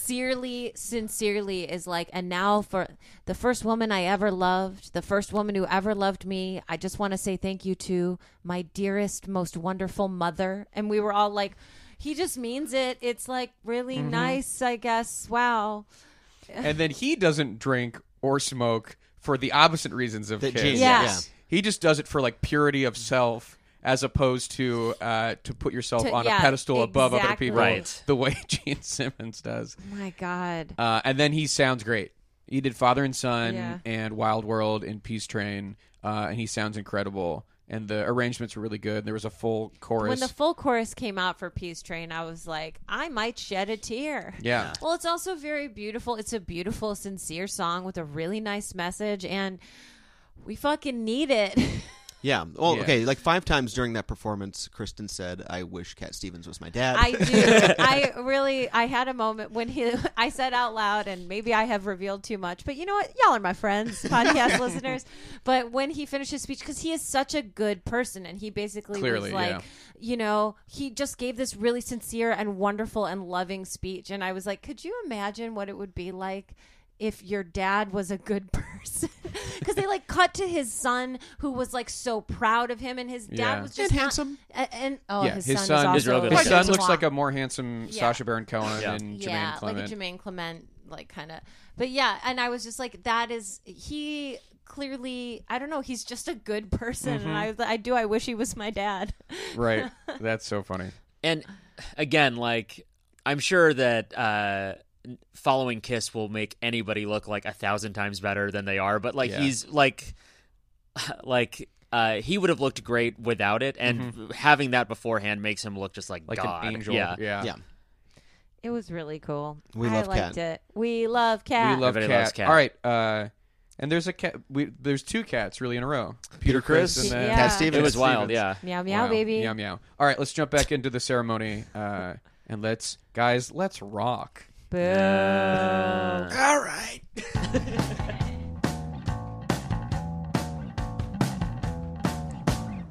sincerely sincerely is like and now for the first woman i ever loved the first woman who ever loved me i just want to say thank you to my dearest most wonderful mother and we were all like he just means it it's like really Mm-hmm. nice i guess wow and then he doesn't drink or smoke for the opposite reasons of That Kiss. Gene- Yeah. yeah. He just does it for like purity of self as opposed to uh, to put yourself To- on yeah, a pedestal above other exactly. people Right. the way Gene Simmons does. my god Uh, and then he sounds great. He did Father and Son Yeah. and Wild World and Peace Train, uh, and he sounds incredible. and the arrangements were really good. There was a full chorus. When the full chorus came out for Peace Train, I was like, I might shed a tear. yeah. Well, it's also very beautiful. It's a beautiful, sincere song with a really nice message, and we fucking need it. Yeah. Well, Yeah. okay. Like five times during that performance, Kristen said, "I wish Cat Stevens was my dad." I do. I really. I had a moment when he. I said out loud, and maybe I have revealed too much, but you know what? Y'all are my friends, podcast listeners. But when he finished his speech, because he is such a good person, and he basically Clearly, was like, yeah. you know, he just gave this really sincere and wonderful and loving speech, and I was like, could you imagine what it would be like? If your dad was a good person, because they like cut to his son who was like so proud of him, and his dad Yeah. was just And not- handsome. a- and oh, yeah, his, his son, son is is real also good His son Like a looks like a more handsome Yeah. Sasha Baron Cohen Yeah. and yeah, Jermaine Clement. like a Jermaine Clement, like kind of. But yeah, and I was just like, that is he clearly. I don't know. He's just a good person, Mm-hmm. and I, was like, I do. I wish he was my dad. right. That's so funny. And again, like I'm sure that uh, following Kiss will make anybody look like a thousand times better than they are. But like Yeah. he's like, like uh, he would have looked great without it, and having that beforehand makes him look just like Like God. an angel. Yeah. Yeah. Yeah. It was really cool. We I love liked Cat. it. We love cat. We love cat. Everybody loves Cat. All right. Uh, and there's a cat. We, there's two cats really in a row. Peter Criss. and then Yeah. Cat It Stevens. It was wild. Yeah. meow meow Wow. baby. Meow meow. All right, let's jump back into the ceremony. Uh, and let's guys, let's rock. Boo. All right.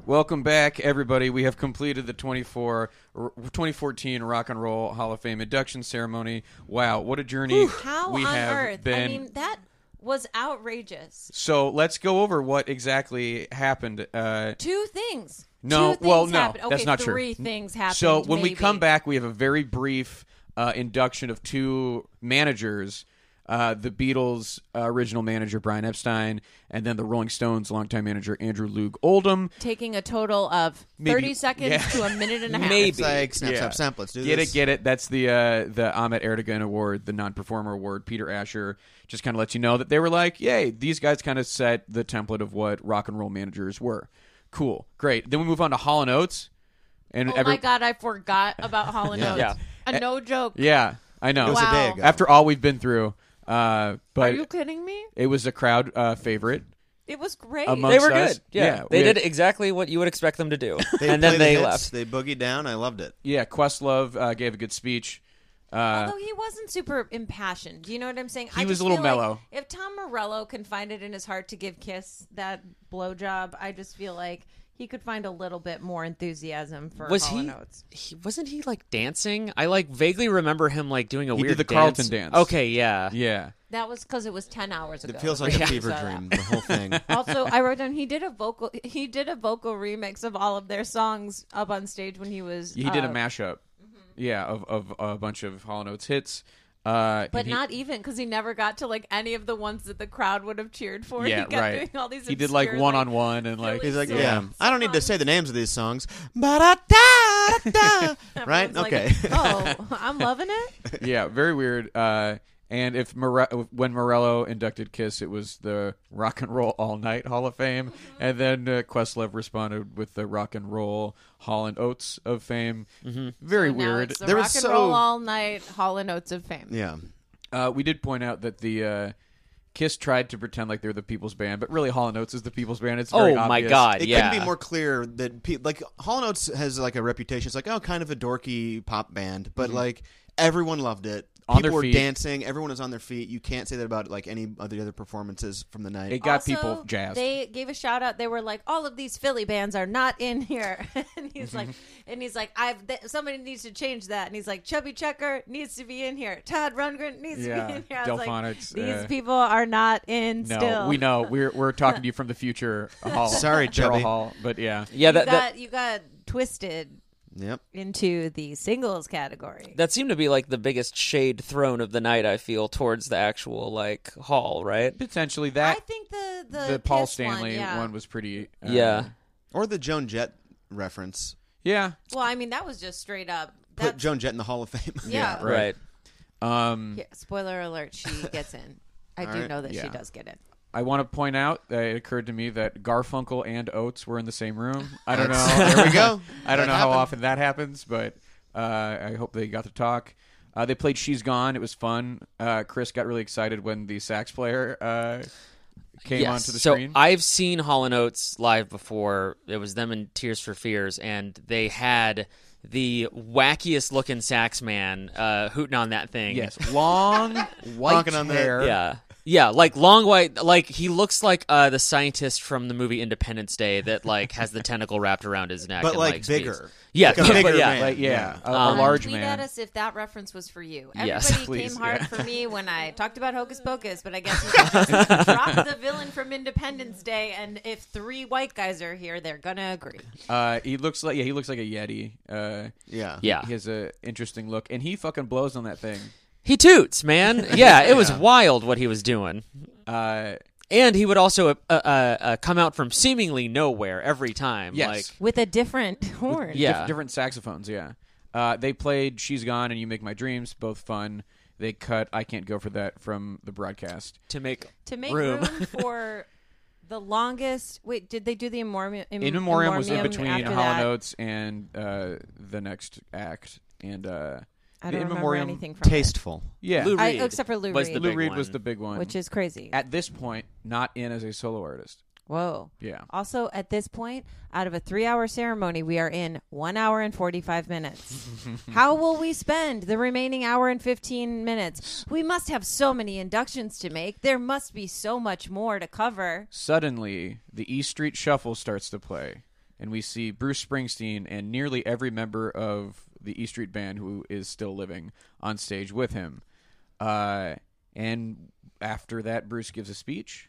Welcome back, everybody. We have completed the 24, r- 2014 Rock and Roll Hall of Fame induction ceremony. Wow, what a journey How we on have earth? been. I mean, that was outrageous. so let's go over what exactly happened. Uh, Two things. No, Two things well, no, happened. Okay, that's not true. Three things happened. So when we maybe. come back, we have a very brief uh, induction of two managers. Uh, the Beatles' uh, original manager Brian Epstein, and then the Rolling Stones' longtime manager Andrew Lug Oldham. taking a total of Maybe- 30 seconds yeah. to a minute and a half. It's like snap, snap, snap. Let's do get this. it, get it. That's the uh, the Ahmet Erdogan Award, the non-performer award. Peter Asher just kind of lets you know that they were like, "Yay, these guys kind of set the template of what rock and roll managers were." Cool, great. Then we move on to Hall and Oates, and Oh every- my god, I forgot about Hall and Oates. Yeah. A no joke. yeah, I know. It was a day Wow. ago. After all we've been through, uh, Are but you kidding me? it was a crowd uh, favorite. It was great. Among- They were Amongst us? good. Yeah, Yeah, they we- did exactly what you would expect them to do, They and then played the they hits, left. They boogied down. I loved it. Yeah, Questlove uh, gave a good speech. Uh, Although he wasn't super impassioned. Do you know what I'm saying? He I was just a little feel like mellow. if Tom Morello can find it in his heart to give Kiss that blowjob, I just feel like he could find a little bit more enthusiasm for Was Hall he, and Oates. he? Wasn't he like dancing? I like vaguely remember him like doing a He did weird the Carlton dance. Okay, yeah. yeah, That was because it was 10 hours ago. It feels like a Yeah. fever So- dream. The whole thing. Also, I wrote down he did a vocal he did a vocal remix of all of their songs up on stage when he was he did a uh, mashup. Yeah, of, of a bunch of Hall and Oates hits. Uh, But and he- not even because he never got to like any of the ones that the crowd would have cheered for. Yeah, he kept right. doing all these. He did like obscure, one on one and like He's like, So- yeah. I don't need to fun. say the names of these songs. Ba-da-da-da-da. right? Everyone's like, Okay. oh, I'm loving it. yeah, very weird. Uh, and if More- when Morello inducted Kiss, it was the Rock and Roll All Night Hall of Fame, Mm-hmm. and then uh, Questlove responded with the Rock and Roll Hall and Oates of Fame. Mm-hmm. Very weird. Now it's the There rock was and so- roll all night Hall and Oates of fame. yeah. Uh, we did point out that the uh, Kiss tried to pretend like they're the People's Band, but really Hall and Oates is the People's Band. It's very Oh my obvious. God. It yeah. couldn't be more clear that pe- like Hall & Oates has like a reputation. It's like oh, kind of a dorky pop band, but like everyone loved it. On people their were feet. dancing. Everyone was on their feet. You can't say that about like any of the other performances from the night. It got Also, people jazzed. They gave a shout out. They were like, "All of these Philly bands are not in here," and he's like, "And he's like, I've th- somebody needs to change that." And he's like, "Chubby Checker needs to be in here. Todd Rundgren needs to Yeah, be in here." I was like, Delphonics, "These uh, people are not in." no, still. we know we're we're talking to you from the future, Hall. Sorry, Daryl Chubby. Hall, but yeah, Yeah, You that, that got you got twisted Yep. into the singles category. that seemed to be like the biggest shade thrown of the night. I feel towards the actual like hall, right? potentially I that think the the, the, Paul Kiss one, Stanley one, yeah. was pretty. Uh, yeah, Or the Joan Jett reference. yeah, Well, I mean, that was just straight up. Put That's, Joan Jett in the Hall of Fame. yeah. right. right. Um, Yeah, spoiler alert, she gets in. I do know that she yeah. does get in. I want to point out that it occurred to me that Garfunkel and Oates were in the same room. I don't know. There we go. I don't know how often that happens, but uh, I hope they got to talk. Uh, they played "She's Gone." It was fun. Uh, Chris got really excited when the sax player uh, came Yes. onto the So screen. I've seen Hall and Oates live before. It was them in Tears for Fears, and they had the wackiest looking sax man uh, hooting on that thing. yes, long white Honking on the- hair. Yeah. Yeah, like long white, like he looks like uh, the scientist from the movie Independence Day that like has the tentacle wrapped around his neck, But, and, like, speaks. bigger. Yeah, Like a yeah, bigger but yeah, man. Like, yeah, a, a Um, large tweet man. at us if that reference was for you. Everybody Yes, please, came hard yeah. for me when I talked about Hocus Pocus, but I guess you just drop the villain from Independence Day, and if three white guys are here, they're gonna agree. Uh, he looks like yeah, he looks like a yeti. Uh, Yeah. yeah. he has a interesting look, and he fucking blows on that thing. He toots, man. Yeah, it was wild what he was doing. Uh, And he would also uh, uh, uh, come out from seemingly nowhere every time. yes, Like, With a different horn. Yeah. Diff- different saxophones. Yeah, uh, they played "She's Gone" and "You Make My Dreams," both fun. They cut "I Can't Go for That" from the broadcast. to make To make room. room, for the longest. Wait, did they do the immormi- Mm, Im- In Memoriam was in Immormium between after Hollow that? Notes and uh, the next act, and uh, I the don't In remember Memoriam- anything from Tasteful. Yeah, Lou Lou, Reed. I- except for Lou was Reed. the big Reed one. was the big one, it, which is crazy. at this point not in as a solo artist. Whoa. Yeah. Also, at this point, out of a three hour ceremony, we are in one hour and 45 minutes. How will we spend the remaining hour and 15 minutes? We must have so many inductions to make. There must be so much more to cover. Suddenly, the E Street Shuffle starts to play, and we see Bruce Springsteen and nearly every member of the E Street Band who is still living on stage with him. Uh, and after that, Bruce gives a speech.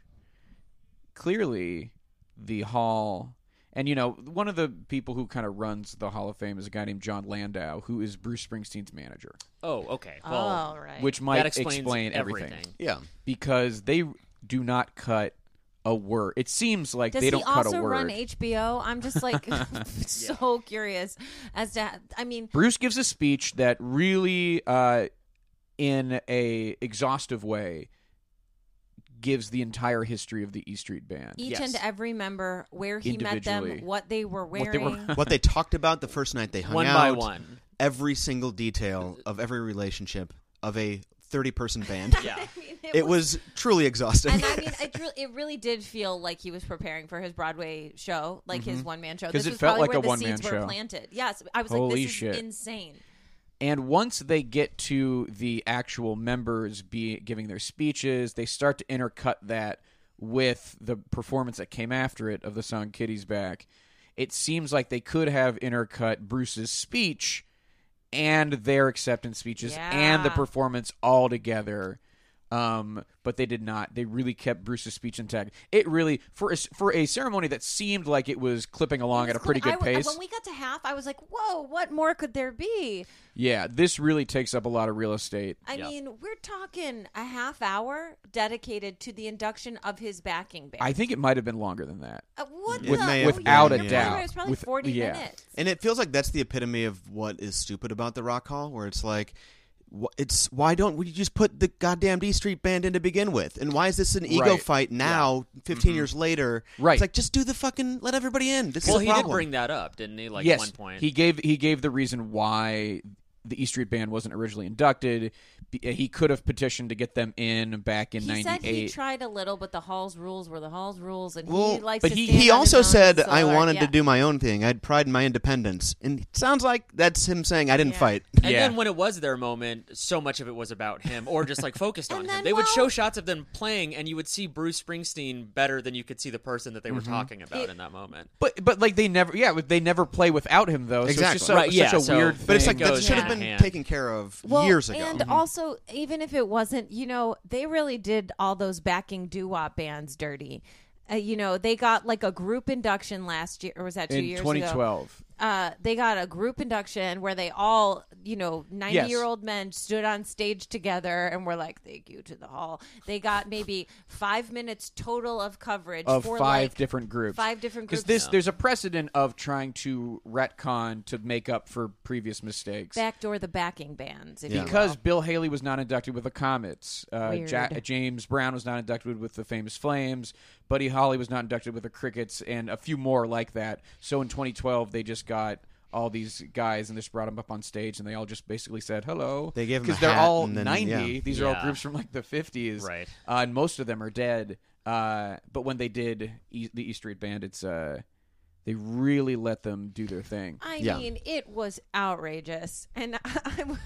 Clearly, the hall. And you know, one of the people who kind of runs the Hall of Fame is a guy named John Landau, who is Bruce Springsteen's manager, Oh, okay. Well, right. which might that explains explain everything. Yeah. because they do not cut a word. It seems like Does they don't he cut also a word. run HBO? I'm just like so curious as to. I mean, Bruce gives a speech that really, uh, in a exhaustive way, gives the entire history of the E Street Band. each Yes. and every member, where he met them, Individually. what they were What they wearing. were- What they talked about the first night they hung One out. by one. Every single detail of every relationship of a 30 person band. Yeah. It was truly exhausting. and I mean, it, re- it really did feel like he was preparing for his Broadway show, like his one man show. Mm-hmm. 'Cause This it was felt probably like where a the one-man seeds show. were planted. Yes, I was Holy like, this shit. is insane. And once they get to the actual members be giving their speeches, they start to intercut that with the performance that came after it of the song "Kitty's Back." It seems like they could have intercut Bruce's speech and their acceptance speeches and the Yeah. performance all together. Um, but they did not. They really kept Bruce's speech intact. It really for a, for a ceremony that seemed like it was clipping along at a It's pretty cool. good I w- pace. When we got to half, I was like, "Whoa, what more could there be?" yeah, this really takes up a lot of real estate. I mean, we're talking a half hour dedicated to the induction of his backing band. I think it might have been longer than that. Uh, what It the- may oh, have yeah, been, I yeah. remember It was probably With- 40 yeah. minutes. And it feels like that's the epitome of what is stupid about the Rock Hall, where it's like, wh- it's why don't we just put the goddamn D Street Band in to begin with? And why is this an ego Right. fight now, Mm-hmm. 15 years later? Right. It's like, just do the fucking, let everybody in. This Well, is he the problem. did bring that up, didn't he? Like yes, one point. he gave he gave the reason why the E Street Band wasn't originally inducted. B- uh, He could have petitioned to get them in back in He said he '98. tried a little, but the Hall's rules were the Hall's rules, and Well, he likes but to he- stand he on his also own, said so I hard- wanted yeah. to do my own thing. I had pride in my independence, and it sounds like that's him saying I didn't fight. And Yeah. then when it was their moment, so much of it was about him or just like focused on And him. then They would while- show shots of them playing and you would see Bruce Springsteen better than you could see the person that they were talking about in that moment. but but like they never yeah but they never play without him though. So it's Exactly. just so- Right, such yeah, a so- weird. But it's thing. like that goes should have hand in been hand. taken care of Well, years ago. And Mm-hmm. also, even if it wasn't, you know, they really did all those backing doo wop bands dirty. Uh, you know, they got like a group induction last year, or was that two in years ago? 2012. uh, they got a group induction where they all, you know, 90 year old men stood on stage together and were like, thank you to the hall. They got maybe five minutes total of coverage of for five like, different groups. Five different groups. Because this, there's a precedent of trying to retcon to make up for previous mistakes. backdoor the backing bands. If you because Bill Haley was not inducted with the Comets, uh, Ja- Weird. James Brown was not inducted with the Famous Flames, Buddy Holly was not inducted with the Crickets, and a few more like that. So in 2012, they just got all these guys and they just brought them up on stage, and they all just basically said hello. They gave 'em because a they're hat all and then- 90. yeah. These are all Yeah. groups from like the 50s, Right. Uh, and most of them are dead. Uh, but when they did e- the East Street Band, it's uh, they really let them do their thing. I Yeah. mean, it was outrageous, and I,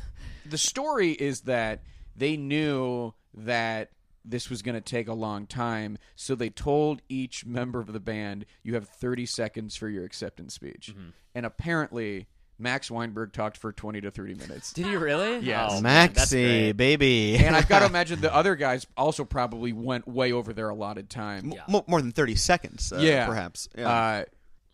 the story is that they knew that this was going to take a long time, so they told each member of the band, "You have 30 seconds for your acceptance speech." Mm-hmm. And apparently, Max Weinberg talked for 20 to 30 minutes. Did you really? Yes. Oh, man, that's great. Maxi, baby. and I've got to imagine the other guys also probably went way over their allotted time. M- mo- more than 30 seconds, uh, yeah, perhaps. Yeah. Uh,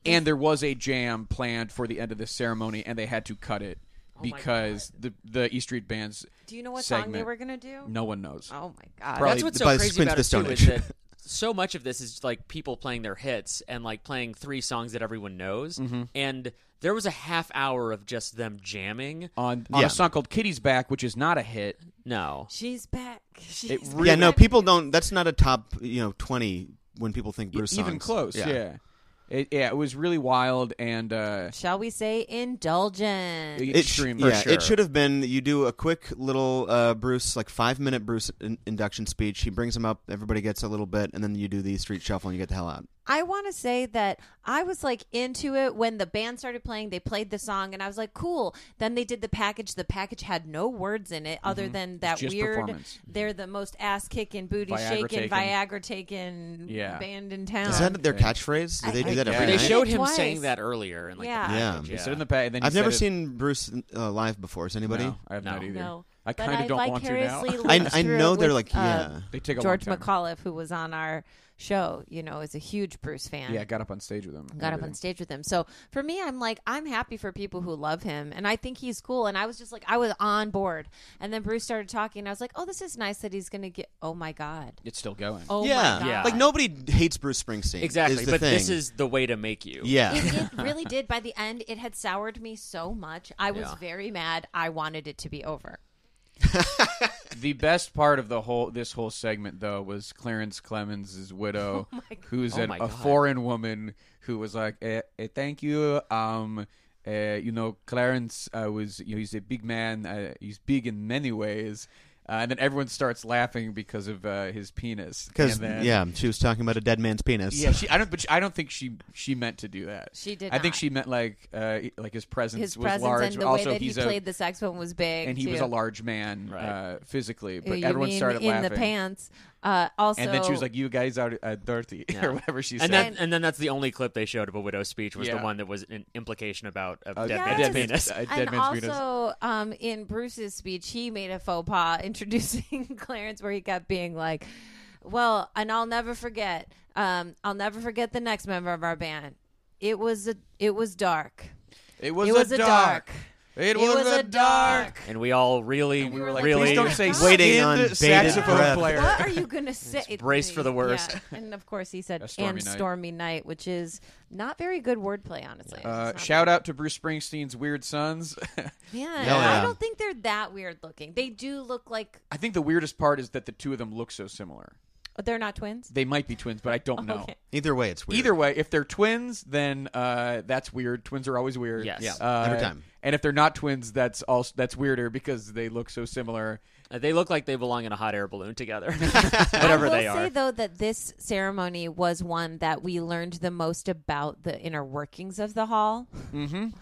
and there was a jam planned for the end of this ceremony, and they had to cut it because the the E Street Band's Oh do you know what song they Segment. were gonna do? no one knows. Oh my god! Probably That's what's by so the crazy Queens of about the it too Stone is Age. that so much of this is like people playing their hits and like playing three songs that everyone knows. Mm-hmm. And there was a half hour of just them jamming. on, on Yeah. a song called Kitty's Back, which is not a hit. No, She's back. She's It yeah, really, no, people don't. That's not a top, you know, 20 when people think Bruce E-, even songs. close. Yeah, yeah. It, yeah, it was really wild and uh, e-, shall we say indulgent? It, sh- extreme. yeah, it should have been you do a quick little uh, Bruce, like five minute Bruce in- induction speech. He brings him up, everybody gets a little bit, and then you do the street shuffle and you get the hell out. I want to say that I was like into it when the band started playing. They played the song, and I was like, "Cool." Then they did the package. The package had no words in it other than that Mm-hmm. Just weird. performance. They're the most ass kicking, booty Viagra shaking, taking. Viagra taking Yeah. band in town. Is that their catchphrase? Do they do that I- every they night? showed him Twice. saying that earlier. And like, the Yeah. package, Yeah. They Sit in the back, and then you I've never said it- seen Bruce uh, live before. Is anybody? No, I have not No. either. no, I But kind of don't want to now. vicariously I, lived I through know it they're with, like, uh, yeah. They take a George long time. McAuliffe, who was on our show, you know, is a huge Bruce fan. Yeah, I got up on stage with him. got up on stage with him. So for me, I'm like, I'm happy for people who love him, and I think he's cool. And I was just like, I was on board. And then Bruce started talking, and I was like, oh, this is nice that he's gonna get. Oh my god. It's still going. Oh yeah. my god. Yeah. Like nobody hates Bruce Springsteen. exactly. is the But thing. this is the way to make you. yeah. It, it really did. By the end, it had soured me so much. I was Yeah. very mad. I wanted it to be over. the best part of the whole this whole segment though was Clarence Clemens' widow, who's Oh an, my a God. foreign woman who was like, eh, eh, "Thank you, um, eh, you know, Clarence uh, was you know, he's a big man. Uh, he's big in many ways." Uh, and then everyone starts laughing because of uh, his penis. Because And then- yeah, she was talking about a dead man's penis. yeah. She, I don't, but she, I don't think she she meant to do that. She did I think not. she meant like uh, like his presence His was presence large. and the also, way that he he's played a the saxophone was big, and he was too. a large man uh, physically, but Eh, You everyone mean started in laughing. the pants. Uh, also, And then she was like, "You guys are uh, dirty," or whatever she And said. then, and then that's the only clip they showed of a widow's speech was Yeah. the one that was an implication about a Uh, dead a man's dead man's- penis. a dead and man's penis. also um, in Bruce's speech, he made a faux pas introducing Clarence, where he kept being like, "Well, and I'll never forget. Um, I'll never forget the next member of our band. It was a, it was dark. It was, it was a a dark. dark. It, It was, was a a dark. dark. And we all really, We were like, really please don't say God. Waiting skinned on bated saxophone breath. player. What are you gonna say? brace for the worst. Yeah. And of course, he said, A stormy "And night. stormy night," which is not very good wordplay, honestly. Uh, shout out to Bruce Springsteen's Weird Sons. man. Hell yeah. I don't think they're that weird looking. They do look like I think the weirdest part is that the two of them look so similar. they're not twins. They might be twins, but I don't know. Okay. Either way, it's weird. Either way, if they're twins, then uh, that's weird. Twins are always weird. Yes. Yeah, Uh, every time. And if they're not twins, that's also that's weirder because they look so similar. Uh, They look like they belong in a hot air balloon together, whatever I will they say are. though that this ceremony was one that we learned the most about the inner workings of the hall.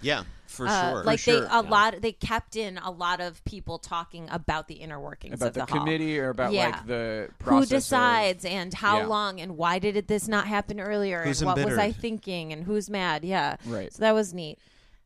yeah, for Uh, sure. like For they sure. a lot they kept in a lot of people talking about the inner workings About of the, the, hall. committee or about Yeah. like the who process of- decides and how Yeah. long and why did it, this not happen earlier Who's and what was I embittered? thinking and who's mad? Yeah, Right. So that was neat.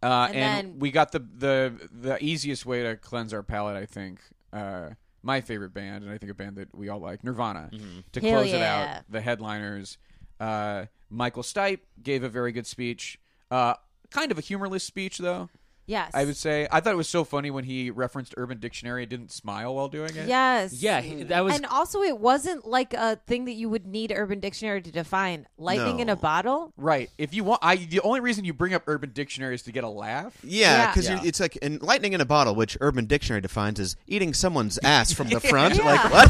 Uh, and And then- we got the, the the easiest way to cleanse our palate, I think. Uh, my favorite band, and I think a band that we all like, Nirvana, to Hell close it yeah. out. The headliners, uh, Michael Stipe gave a very good speech. Uh, kind of a humorless speech, though. Yes. I would say I thought it was so funny when he referenced Urban Dictionary and didn't smile while doing it. Yes. Yeah, he- that was and also, it wasn't like a thing that you would need Urban Dictionary to define. Lightning in a No. bottle. Right. If you want, I the only reason you bring up Urban Dictionary is to get a laugh. Yeah, Yeah. because Yeah. it's like and lightning in a bottle, which Urban Dictionary defines as eating someone's ass from the front. Like what?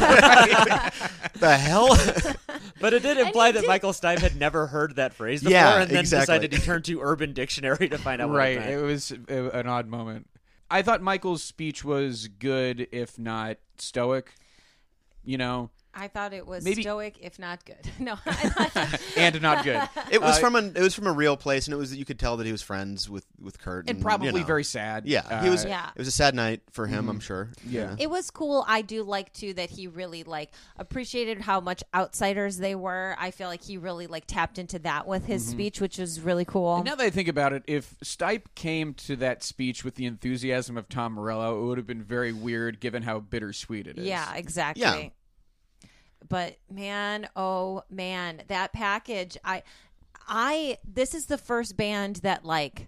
the hell? But it did imply that Michael Stipe had never heard that phrase before, Yeah, and then exactly. decided to turn to Urban Dictionary to find out what right. it It meant. was uh, an odd moment. I thought Michael's speech was good, if not stoic. You know, I thought it was Maybe- stoic, if not good. No, I thought- and not good, It was from an it was from a real place, and it was that you could tell that he was friends with with Kurt, and you probably know. very sad. Yeah, he was. Uh, Yeah. It was a sad night for him, I'm sure. Mm-hmm. Yeah. It was cool. I do like too that he really like appreciated how much outsiders they were. I feel like he really like tapped into that with his speech, which was really cool. And now that I think about it, if Stipe came to that speech with the enthusiasm of Tom Morello, it would have been very weird given how bittersweet it is. Yeah, exactly. Yeah. But man, oh man, that package. I I this is the first band that like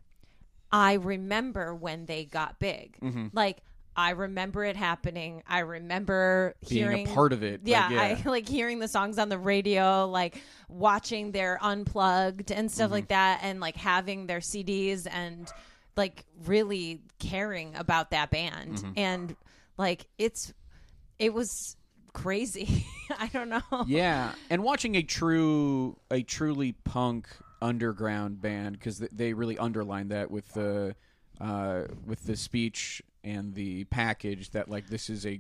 I remember when they got big. Mm-hmm. Like I remember it happening. I remember Being a hearing part of it, like, Yeah, yeah. I like hearing the songs on the radio, like watching their unplugged and Mm-hmm. stuff like that, and like having their CDs and like really caring about that band. Mm-hmm. And like it's it was crazy. I don't know. yeah and watching a true a truly punk underground band because they really underlined that with the uh, with the speech and the package that like this is a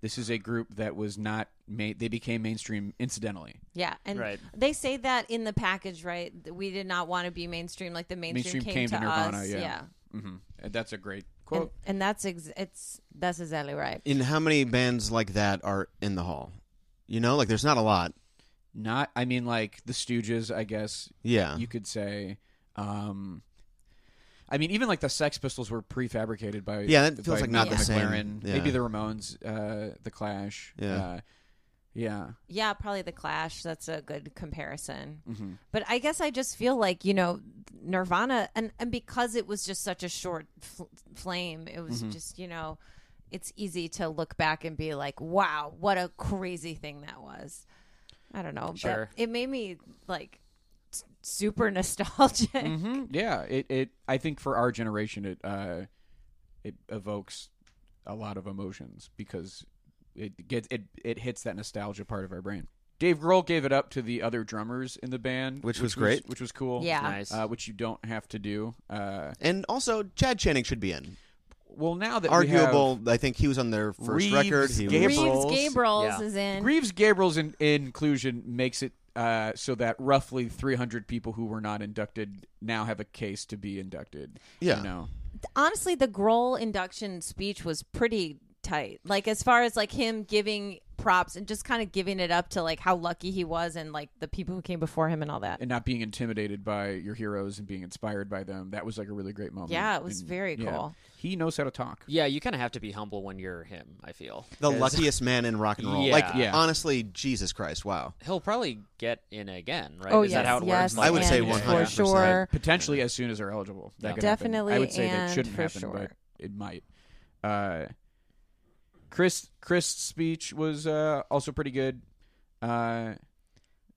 this is a group that was not made they became mainstream incidentally Yeah, and Right. they say that in the package, right? that We did not want to be mainstream, like the mainstream, mainstream came, to nirvana us. yeah, Yeah, hmm that's a great quote And, and that's ex- it's that's exactly right. In how many bands like that are in the hall? You know, like there's not a lot. not i mean like the stooges i guess Yeah. you could say um i mean even like the sex pistols were prefabricated by Yeah, that feels by like not Mac the same. McLaren. Yeah. maybe the ramones uh the clash Yeah. uh, yeah Yeah, probably the Clash. That's a good comparison. Mm-hmm. But I guess I just feel like you know Nirvana, and and because it was just such a short fl- flame, it Mm-hmm. was just you know, it's easy to look back and be like, wow, what a crazy thing that was. I don't know, Sure. but it made me like s- super nostalgic. Mm-hmm. Mhm. yeah it it i think for our generation it uh it evokes a lot of emotions because it gets it it hits that nostalgia part of our brain Dave Grohl gave it up to the other drummers in the band, Which was great. which was cool. Yeah. Nice. uh, which you don't have to do. Uh, And also, Chad Channing should be in. well, now that we have- Arguable. I think he was on their first Reeves, record. He Gabriel. Gabrels. Reeves Gabrels Yeah. is in. Reeves Gabriel's in- inclusion makes it uh, so that roughly 300 people who were not inducted now have a case to be inducted. Yeah. You know? honestly the grohl induction speech was pretty tight like as far as like him giving props and just kind of giving it up to like how lucky he was and like the people who came before him and all that And not being intimidated by your heroes and being inspired by them. That was like a really great moment. Yeah, it was And, very yeah. cool. He knows how to talk. Yeah, you kind of have to be humble when you're him. I feel was the 'Cause luckiest man in rock and roll. Yeah. Like, Yeah. honestly, Jesus Christ, wow. He'll probably get in again, right? oh Is yes that how it yes works? Like, I would say and for 100%. sure Potentially as soon as they're eligible. That could happen. Definitely I would say and that shouldn't for happen, but sure. it might. Uh, Chris Chris' speech was uh, also pretty good. Uh,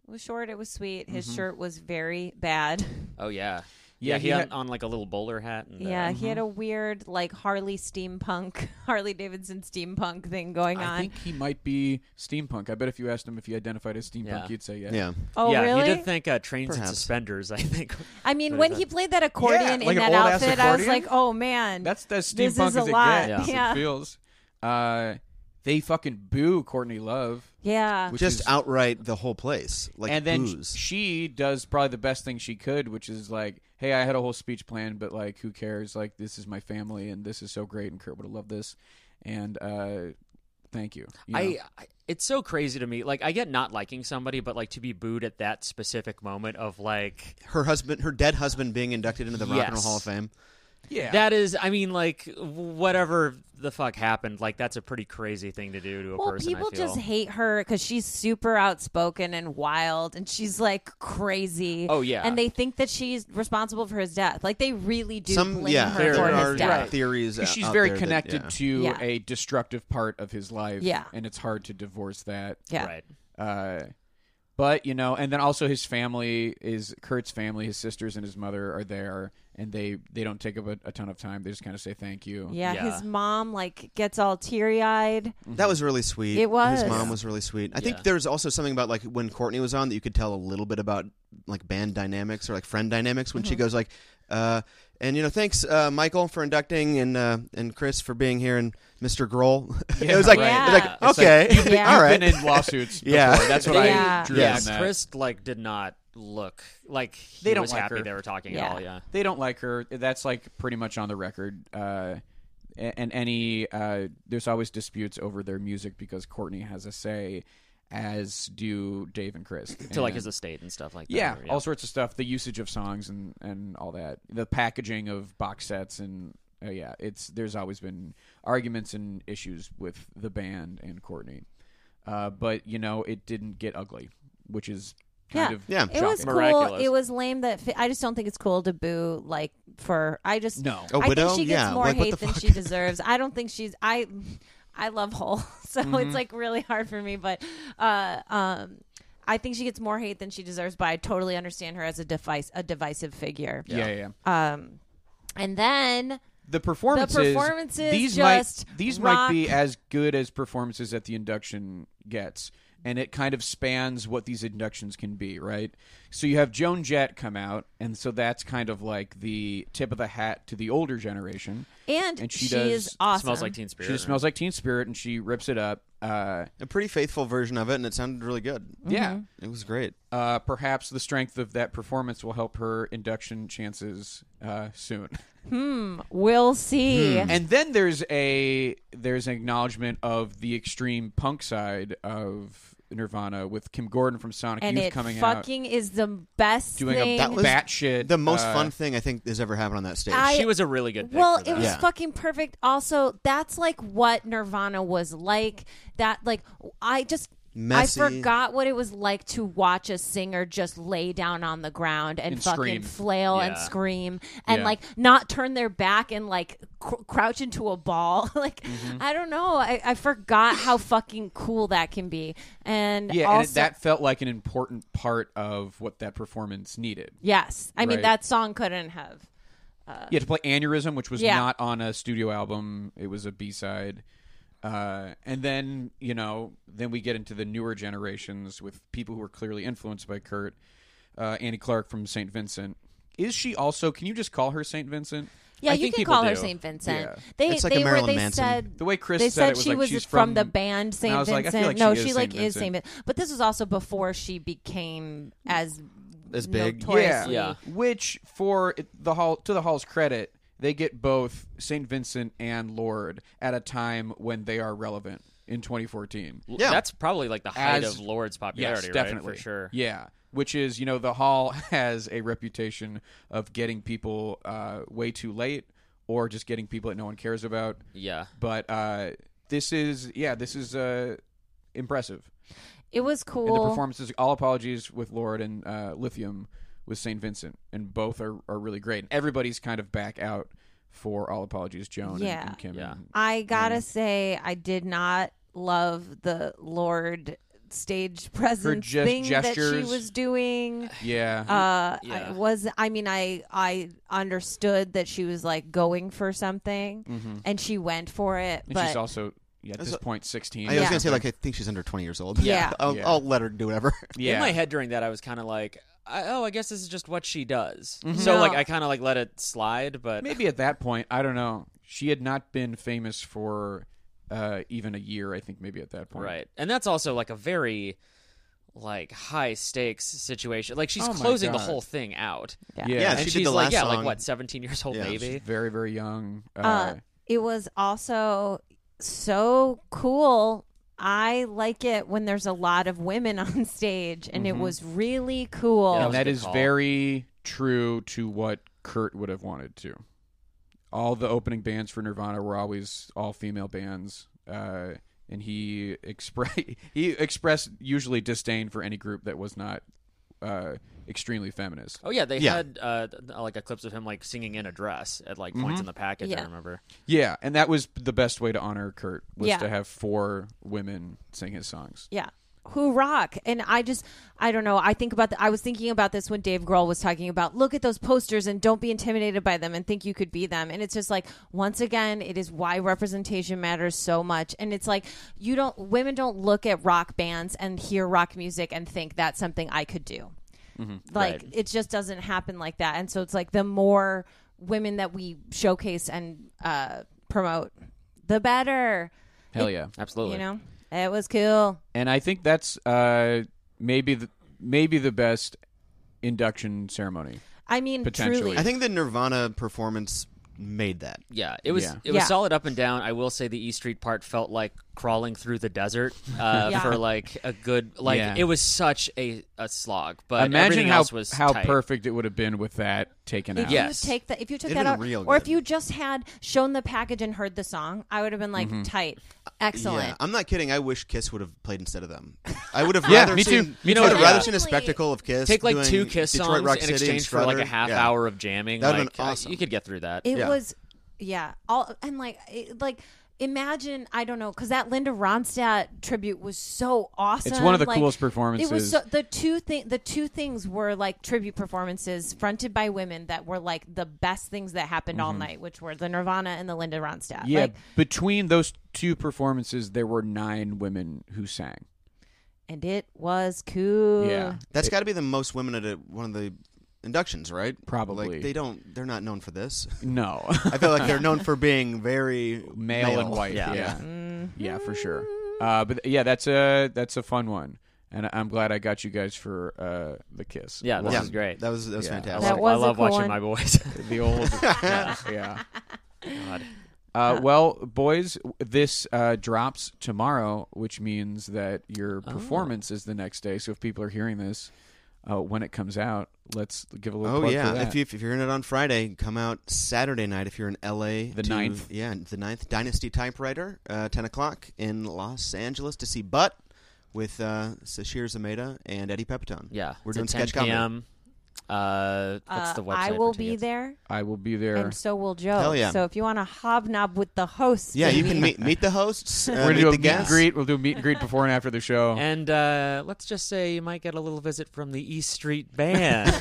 it was short it was sweet his shirt was very bad Oh yeah, Yeah, yeah. he, he had had- on like a little bowler hat. And, uh, yeah he had a weird like harley steampunk harley davidson steampunk thing going I on think he might be steampunk. I bet if you asked him if he identified as steampunk, Yeah. he'd say yes. Yeah. oh yeah, really He did think uh, trains and Perhaps. suspenders. I think. i mean when he played that accordion Yeah, in like an that old-ass outfit i was accordion. like oh man That's as steampunk This is as a it lot. gets. Yeah. It feels. Uh, they fucking boo Courtney Love, yeah which Just is, outright the whole place. Like, and then booze. she does probably the best thing she could, which is like, "Hey, I had a whole speech planned, but like, who cares? Like, this is my family, and this is so great, and Kurt would have loved this, and uh, thank you." you know? I, I it's so crazy to me. Like I get not liking somebody, but like to be booed at that specific moment of like her husband, her dead husband, being inducted into the Rock and Roll Yes. Hall of Fame. Yeah. That is, I mean, like whatever the fuck happened, like that's a pretty crazy thing to do to a Well, person. I people feel. just hate her because she's super outspoken and wild, and she's like crazy. Oh, yeah. and they think that she's responsible for his death. Like they really do Some blame yeah, her there for are his death. theories. out- She's out very there that- connected yeah. to Yeah. a destructive part of his life. Yeah. And it's hard to divorce that. Yeah, Right. Uh, but you know, and then also his family is Kurt's family. His sisters and his mother are there, and they they don't take up a, a ton of time. They just kind of say thank you. yeah. Yeah. His mom like gets all teary eyed. That was really sweet. It was. His mom was really sweet. I think Yeah. there was also something about like when Courtney was on that you could tell a little bit about like band dynamics or like friend dynamics when she Mm-hmm. goes like, uh, and you know, thanks uh, Michael for inducting and uh, and Chris for being here and Mr. Grohl. it was like, right. it was Yeah. like okay, Yeah. uh, all Been right. in lawsuits. Yeah. before. that's what Yeah. I drew Yeah. Yeah, on that. Chris like did not look like he They don't was like happy her. they were talking Yeah. at all. Yeah, they don't like her. That's like pretty much on the record. Uh, a- and any uh, there's always disputes over their music because Courtney has a say, as do Dave and Chris. to like And- his estate and stuff like that. yeah, or, all sorts of stuff. The usage of songs and and all that. The packaging of box sets and uh, yeah, it's there's always been arguments and issues with the band and Courtney, uh, but you know it didn't get ugly, which is kind Yeah. of Yeah. It was shocking. cool. Miraculous. It was lame that fi- I just don't think it's cool to boo like for I just No. A I widow? think she gets Yeah, more like, what hate the than fuck? she deserves. I don't think she's I I love Hole, so Mm-hmm. it's like really hard for me. But uh, um, I think she gets more hate than she deserves. But I totally understand her as a device a divisive figure. yeah, yeah, yeah. Um, and then the performances, performances these just might these rock. might be as good as performances that the induction gets and it kind of spans what these inductions can be right so you have joan jett come out and so that's kind of like the tip of the hat to the older generation and, And she, she does- is awesome. smells like Teen Spirit. she just smells like teen spirit and she rips it up uh, A pretty faithful version of it, and it sounded really good. Mm-hmm. yeah It was great. uh, perhaps the strength of that performance will help her induction chances uh, soon We'll see. And then there's a there's an acknowledgement of the extreme punk side of Nirvana with Kim Gordon from Sonic And Youth it coming out fucking is the best doing thing. a That was batshit The most uh, fun thing I think has ever happened on that stage. I- she was a really good. Pick Well, for it that. was Yeah. fucking perfect. Also, that's like what Nirvana was like. That like I just Messy. I forgot what it was like to watch a singer just lay down on the ground and, And fucking scream. flail and Yeah. scream and Yeah. like not turn their back and like cr- crouch into a ball. like Mm-hmm. I don't know. I, I forgot how fucking cool that can be. And Yeah, also, and it, that felt like an important part of what that performance needed. yes, I mean Right. that song couldn't have. You had to play Aneurysm, which was Yeah. not on a studio album; it was a B side. Uh, and then you know, then we get into the newer generations with people who are clearly influenced by Kurt, uh, Annie Clark from Saint Vincent. Is she also? Can you just call her Saint Vincent? Yeah, I you think can people call her do. Saint Vincent. Yeah. They It's like a they were Marilyn they Manson. said The way Chris they said said it was she like, was she's from, from- the band Saint And I was like, I Vincent. feel like no, she is she Saint like is Vincent. Saint Vincent. But this was also before she became as As big. notoriously- Yeah. Which for the hall to the hall's credit, they get both Saint Vincent and Lord at a time when they are relevant in 2014. Yeah. that's probably like the height As- of Lord's popularity, yes, right? definitely for sure. Yeah, which is you know the hall has a reputation of getting people uh, way too late or just getting people that no one cares about. Yeah. But uh, this is yeah, this is uh, impressive. It was And the cool. performances, all apologies with Lord and uh, Lithium with St. Vincent, and both are, are really great. And everybody's kind of back out for all apologies, Joan and- Yeah. and, Kim. Yeah. and- I gotta say, I did not love the Lord stage presence gest- thing that gestures. she was doing. yeah. Uh, Yeah. I was I mean I I understood that she was like going for something and she went for it, Mm-hmm. and but she's also yeah, at this point sixteen. I Yeah. was gonna say like I think she's under twenty years old. Yeah. I'll, Yeah. I'll let her do whatever. yeah. In my head during that, I was kind of like, I, oh, I guess this is just what she does. So like, I kind of like let it slide, but Mm-hmm. Maybe at that point, I don't know. She had not been famous for uh, even a year, I think. Maybe at that point, right. And that's also like a very like high stakes situation. Like she's Oh my closing the God. whole thing out. Yeah. Yeah, Yeah, and she did she's the like, last yeah, song. like what, seventeen years old, Yeah, maybe. she's very very young. Uh, Uh, it was also so cool. I like it when there's a lot of women on stage, and it was really cool. Yeah, and was a that good is call. very true to what Kurt would have wanted to. all the opening bands for Nirvana were always all female bands, uh, and he express he expressed usually disdain for any group that was not uh, extremely feminist. Oh yeah, they Yeah. had uh, th- like a clips of him like singing in a dress at Mm-hmm. like points in the package. I Yeah. remember. Yeah, and that was the best way to honor Kurt was Yeah. to have four women sing his songs. Yeah. Who rock. And I just, I don't know. I think about, the, I was thinking about this when Dave Grohl was talking about look at those posters and don't be intimidated by them and think you could be them. And it's just like, once again, it is why representation matters so much. And it's like, you don't, women don't look at rock bands and hear rock music and think that's something I could do. Like, Right. it just doesn't happen like that. And so it's like, the more women that we showcase and uh, promote, the better. Hell yeah! Absolutely. You know? It was cool. and I think that's uh, maybe the maybe the best induction ceremony. I mean, Potentially. truly. I think the Nirvana performance made that. Yeah, it was Yeah. it was Yeah. solid up and down. I will say the E Street part felt like crawling through the desert uh, Yeah. for like a good like Yeah. it was such a, a slog. But Imagine Uh, everything how else was how tight. perfect it would have been with that taken out. If Yes. you take the if you took It'd that been out, real or if good. you just had shown the package and heard the song, I would have been Mm-hmm. like, tight, excellent. Uh, Yeah, I'm not kidding. I wish Kiss would have played instead of them. I would have Yeah, rather me too. seen, Me You too. know, I'd have rather Yeah. seen a spectacle of Kiss. Take like doing two Kiss Detroit songs Rock in City and exchange for like a Strutter. half Yeah. hour of jamming. That would've like, been uh, awesome. You could get through that. it Yeah. was, yeah, all and like it, like imagine I don't know because that Linda Ronstadt tribute was so awesome. It's one of the Like, coolest It was performances. so, the two thing the two things were like tribute performances fronted by women that were like the best things that happened all night, which were the Nirvana and the Linda Ronstadt. Mm-hmm. yeah, like, between those two performances, there were nine women who sang. and it was cool. Yeah, That's got to be the most women at a, one of the inductions, right? Probably. Like, they don't. They're not known for this. no, I feel like they're known for being very male, and white. Yeah. Yeah, yeah, for sure. Uh, but yeah, that's a that's a fun one, and I- I'm glad I got you guys for uh, the kiss. Yeah, this Yeah, is great. That was that was Yeah. I fantastic. That love, was I a love cool one. watching my boys. the old yeah. Uh, well, boys, this uh, drops tomorrow, which means that your performance is the next day. So if people are hearing this uh, when it comes out, let's give a little Oh plug for yeah, that. if, you, if you're in it on Friday, come out Saturday night if you're in LA. The to- 9th. yeah, the 9th. Dynasty Typewriter, uh, ten o'clock in Los Angeles to see Butt with uh, Sashir Zameda and Eddie Pepitone. yeah, we're it's doing at sketch 10 comedy. PM. Uh, what's Uh, the website? I for will be tickets? there. I will be there. and so will Joe. Hell yeah. So if you want to hobnob with the host, Yeah, you maybe- can meet meet the hosts. Uh, We're gonna do meet a the meet and guests. greet. We'll do a meet and greet before and after the show. And uh, let's just say you might get a little visit from the East Street Band. Is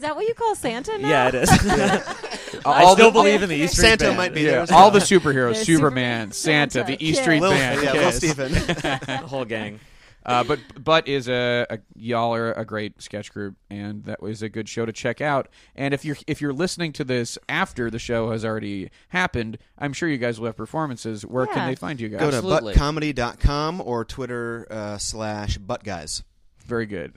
that what you call Santa now? yeah, it is. I All still the- believe in the East Street Santa Band. might be there. yeah, as all the well. superheroes: There's Superman, Superman, Santa, Santa, the E Kiss. Street Lil, Band, yeah, Lil Kiss. Stephen. the whole gang. Uh, but but is a, a y'all are a great sketch group, and that was a good show to check out. And if you're if you're listening to this after the show has already happened, I'm sure you guys will have performances. Where can Yeah. they find you guys? Go to Absolutely. buttcomedy.com or Twitter uh, slash buttguys. Very good.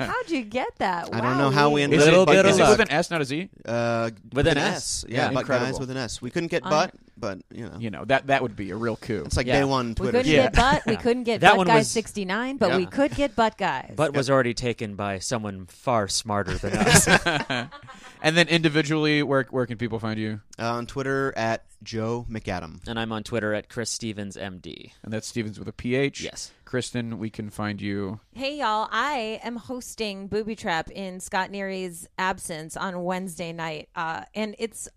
How'd you get that? I don't know how we ended Is up it- with bit butt of is it guys. with an S, not a Z? Uh, With an S. Yeah, Yeah. butt Incredible. guys with an S. We couldn't get butt, but you know, You know that that would be a real coup. it's like Yeah. day one We Twitter. couldn't Yeah. get butt. We couldn't get That butt one guys was- sixty nine, but Yeah. we could get butt guys. But was already taken by someone far smarter than us. and then individually, where where can people find you? Uh, on Twitter at Joe McAdam. and I'm on Twitter at Chris Stevens MD. And that's Stevens with a PH. Yes. Kristen, we can find you. hey y'all, I am hosting Booby Trap in Scott Neary's absence on Wednesday night, uh, and it's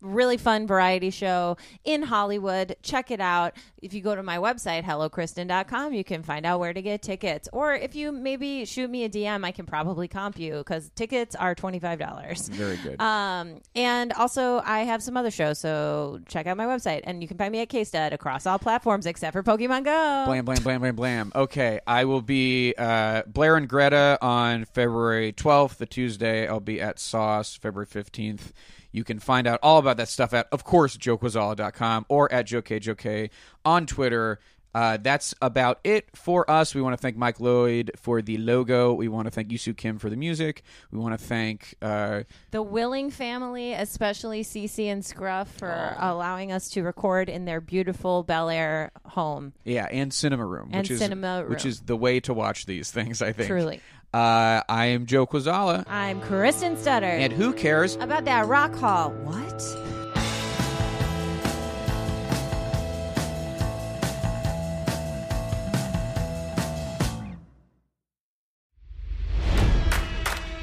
really fun variety show in Hollywood. Check it out. If you go to my website, hellokristen.com, you can find out where to get tickets. Or if you maybe shoot me a DM, I can probably comp you because tickets are $25. Very good. Um, and also, I have some other shows, so check out my website. And you can find me at KStud across all platforms except for Pokemon Go. Blam, blam, blam, blam, blam. Okay, I will be uh, Blair and Greta on February 12th, the Tuesday. I'll be at Sauce February 15th. You can find out all about that stuff at, of course, jokewazala.com or at jokejok on Twitter. Uh, that's about it for us. We want to thank Mike Lloyd for the logo. We want to thank Yusu Kim for the music. We want to thank uh, The Willing family, especially Cece and Scruff, for allowing us to record in their beautiful Bel Air home. Yeah, and Cinema Room, And which is Cinema which Room. is the way to watch these things. I think. Truly. Uh, I am Joe Quazala, I'm Kristen Stutter. and who cares? About that rock hall. What?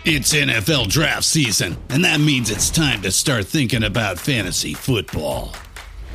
It's NFL draft season, and that means it's time to start thinking about fantasy football.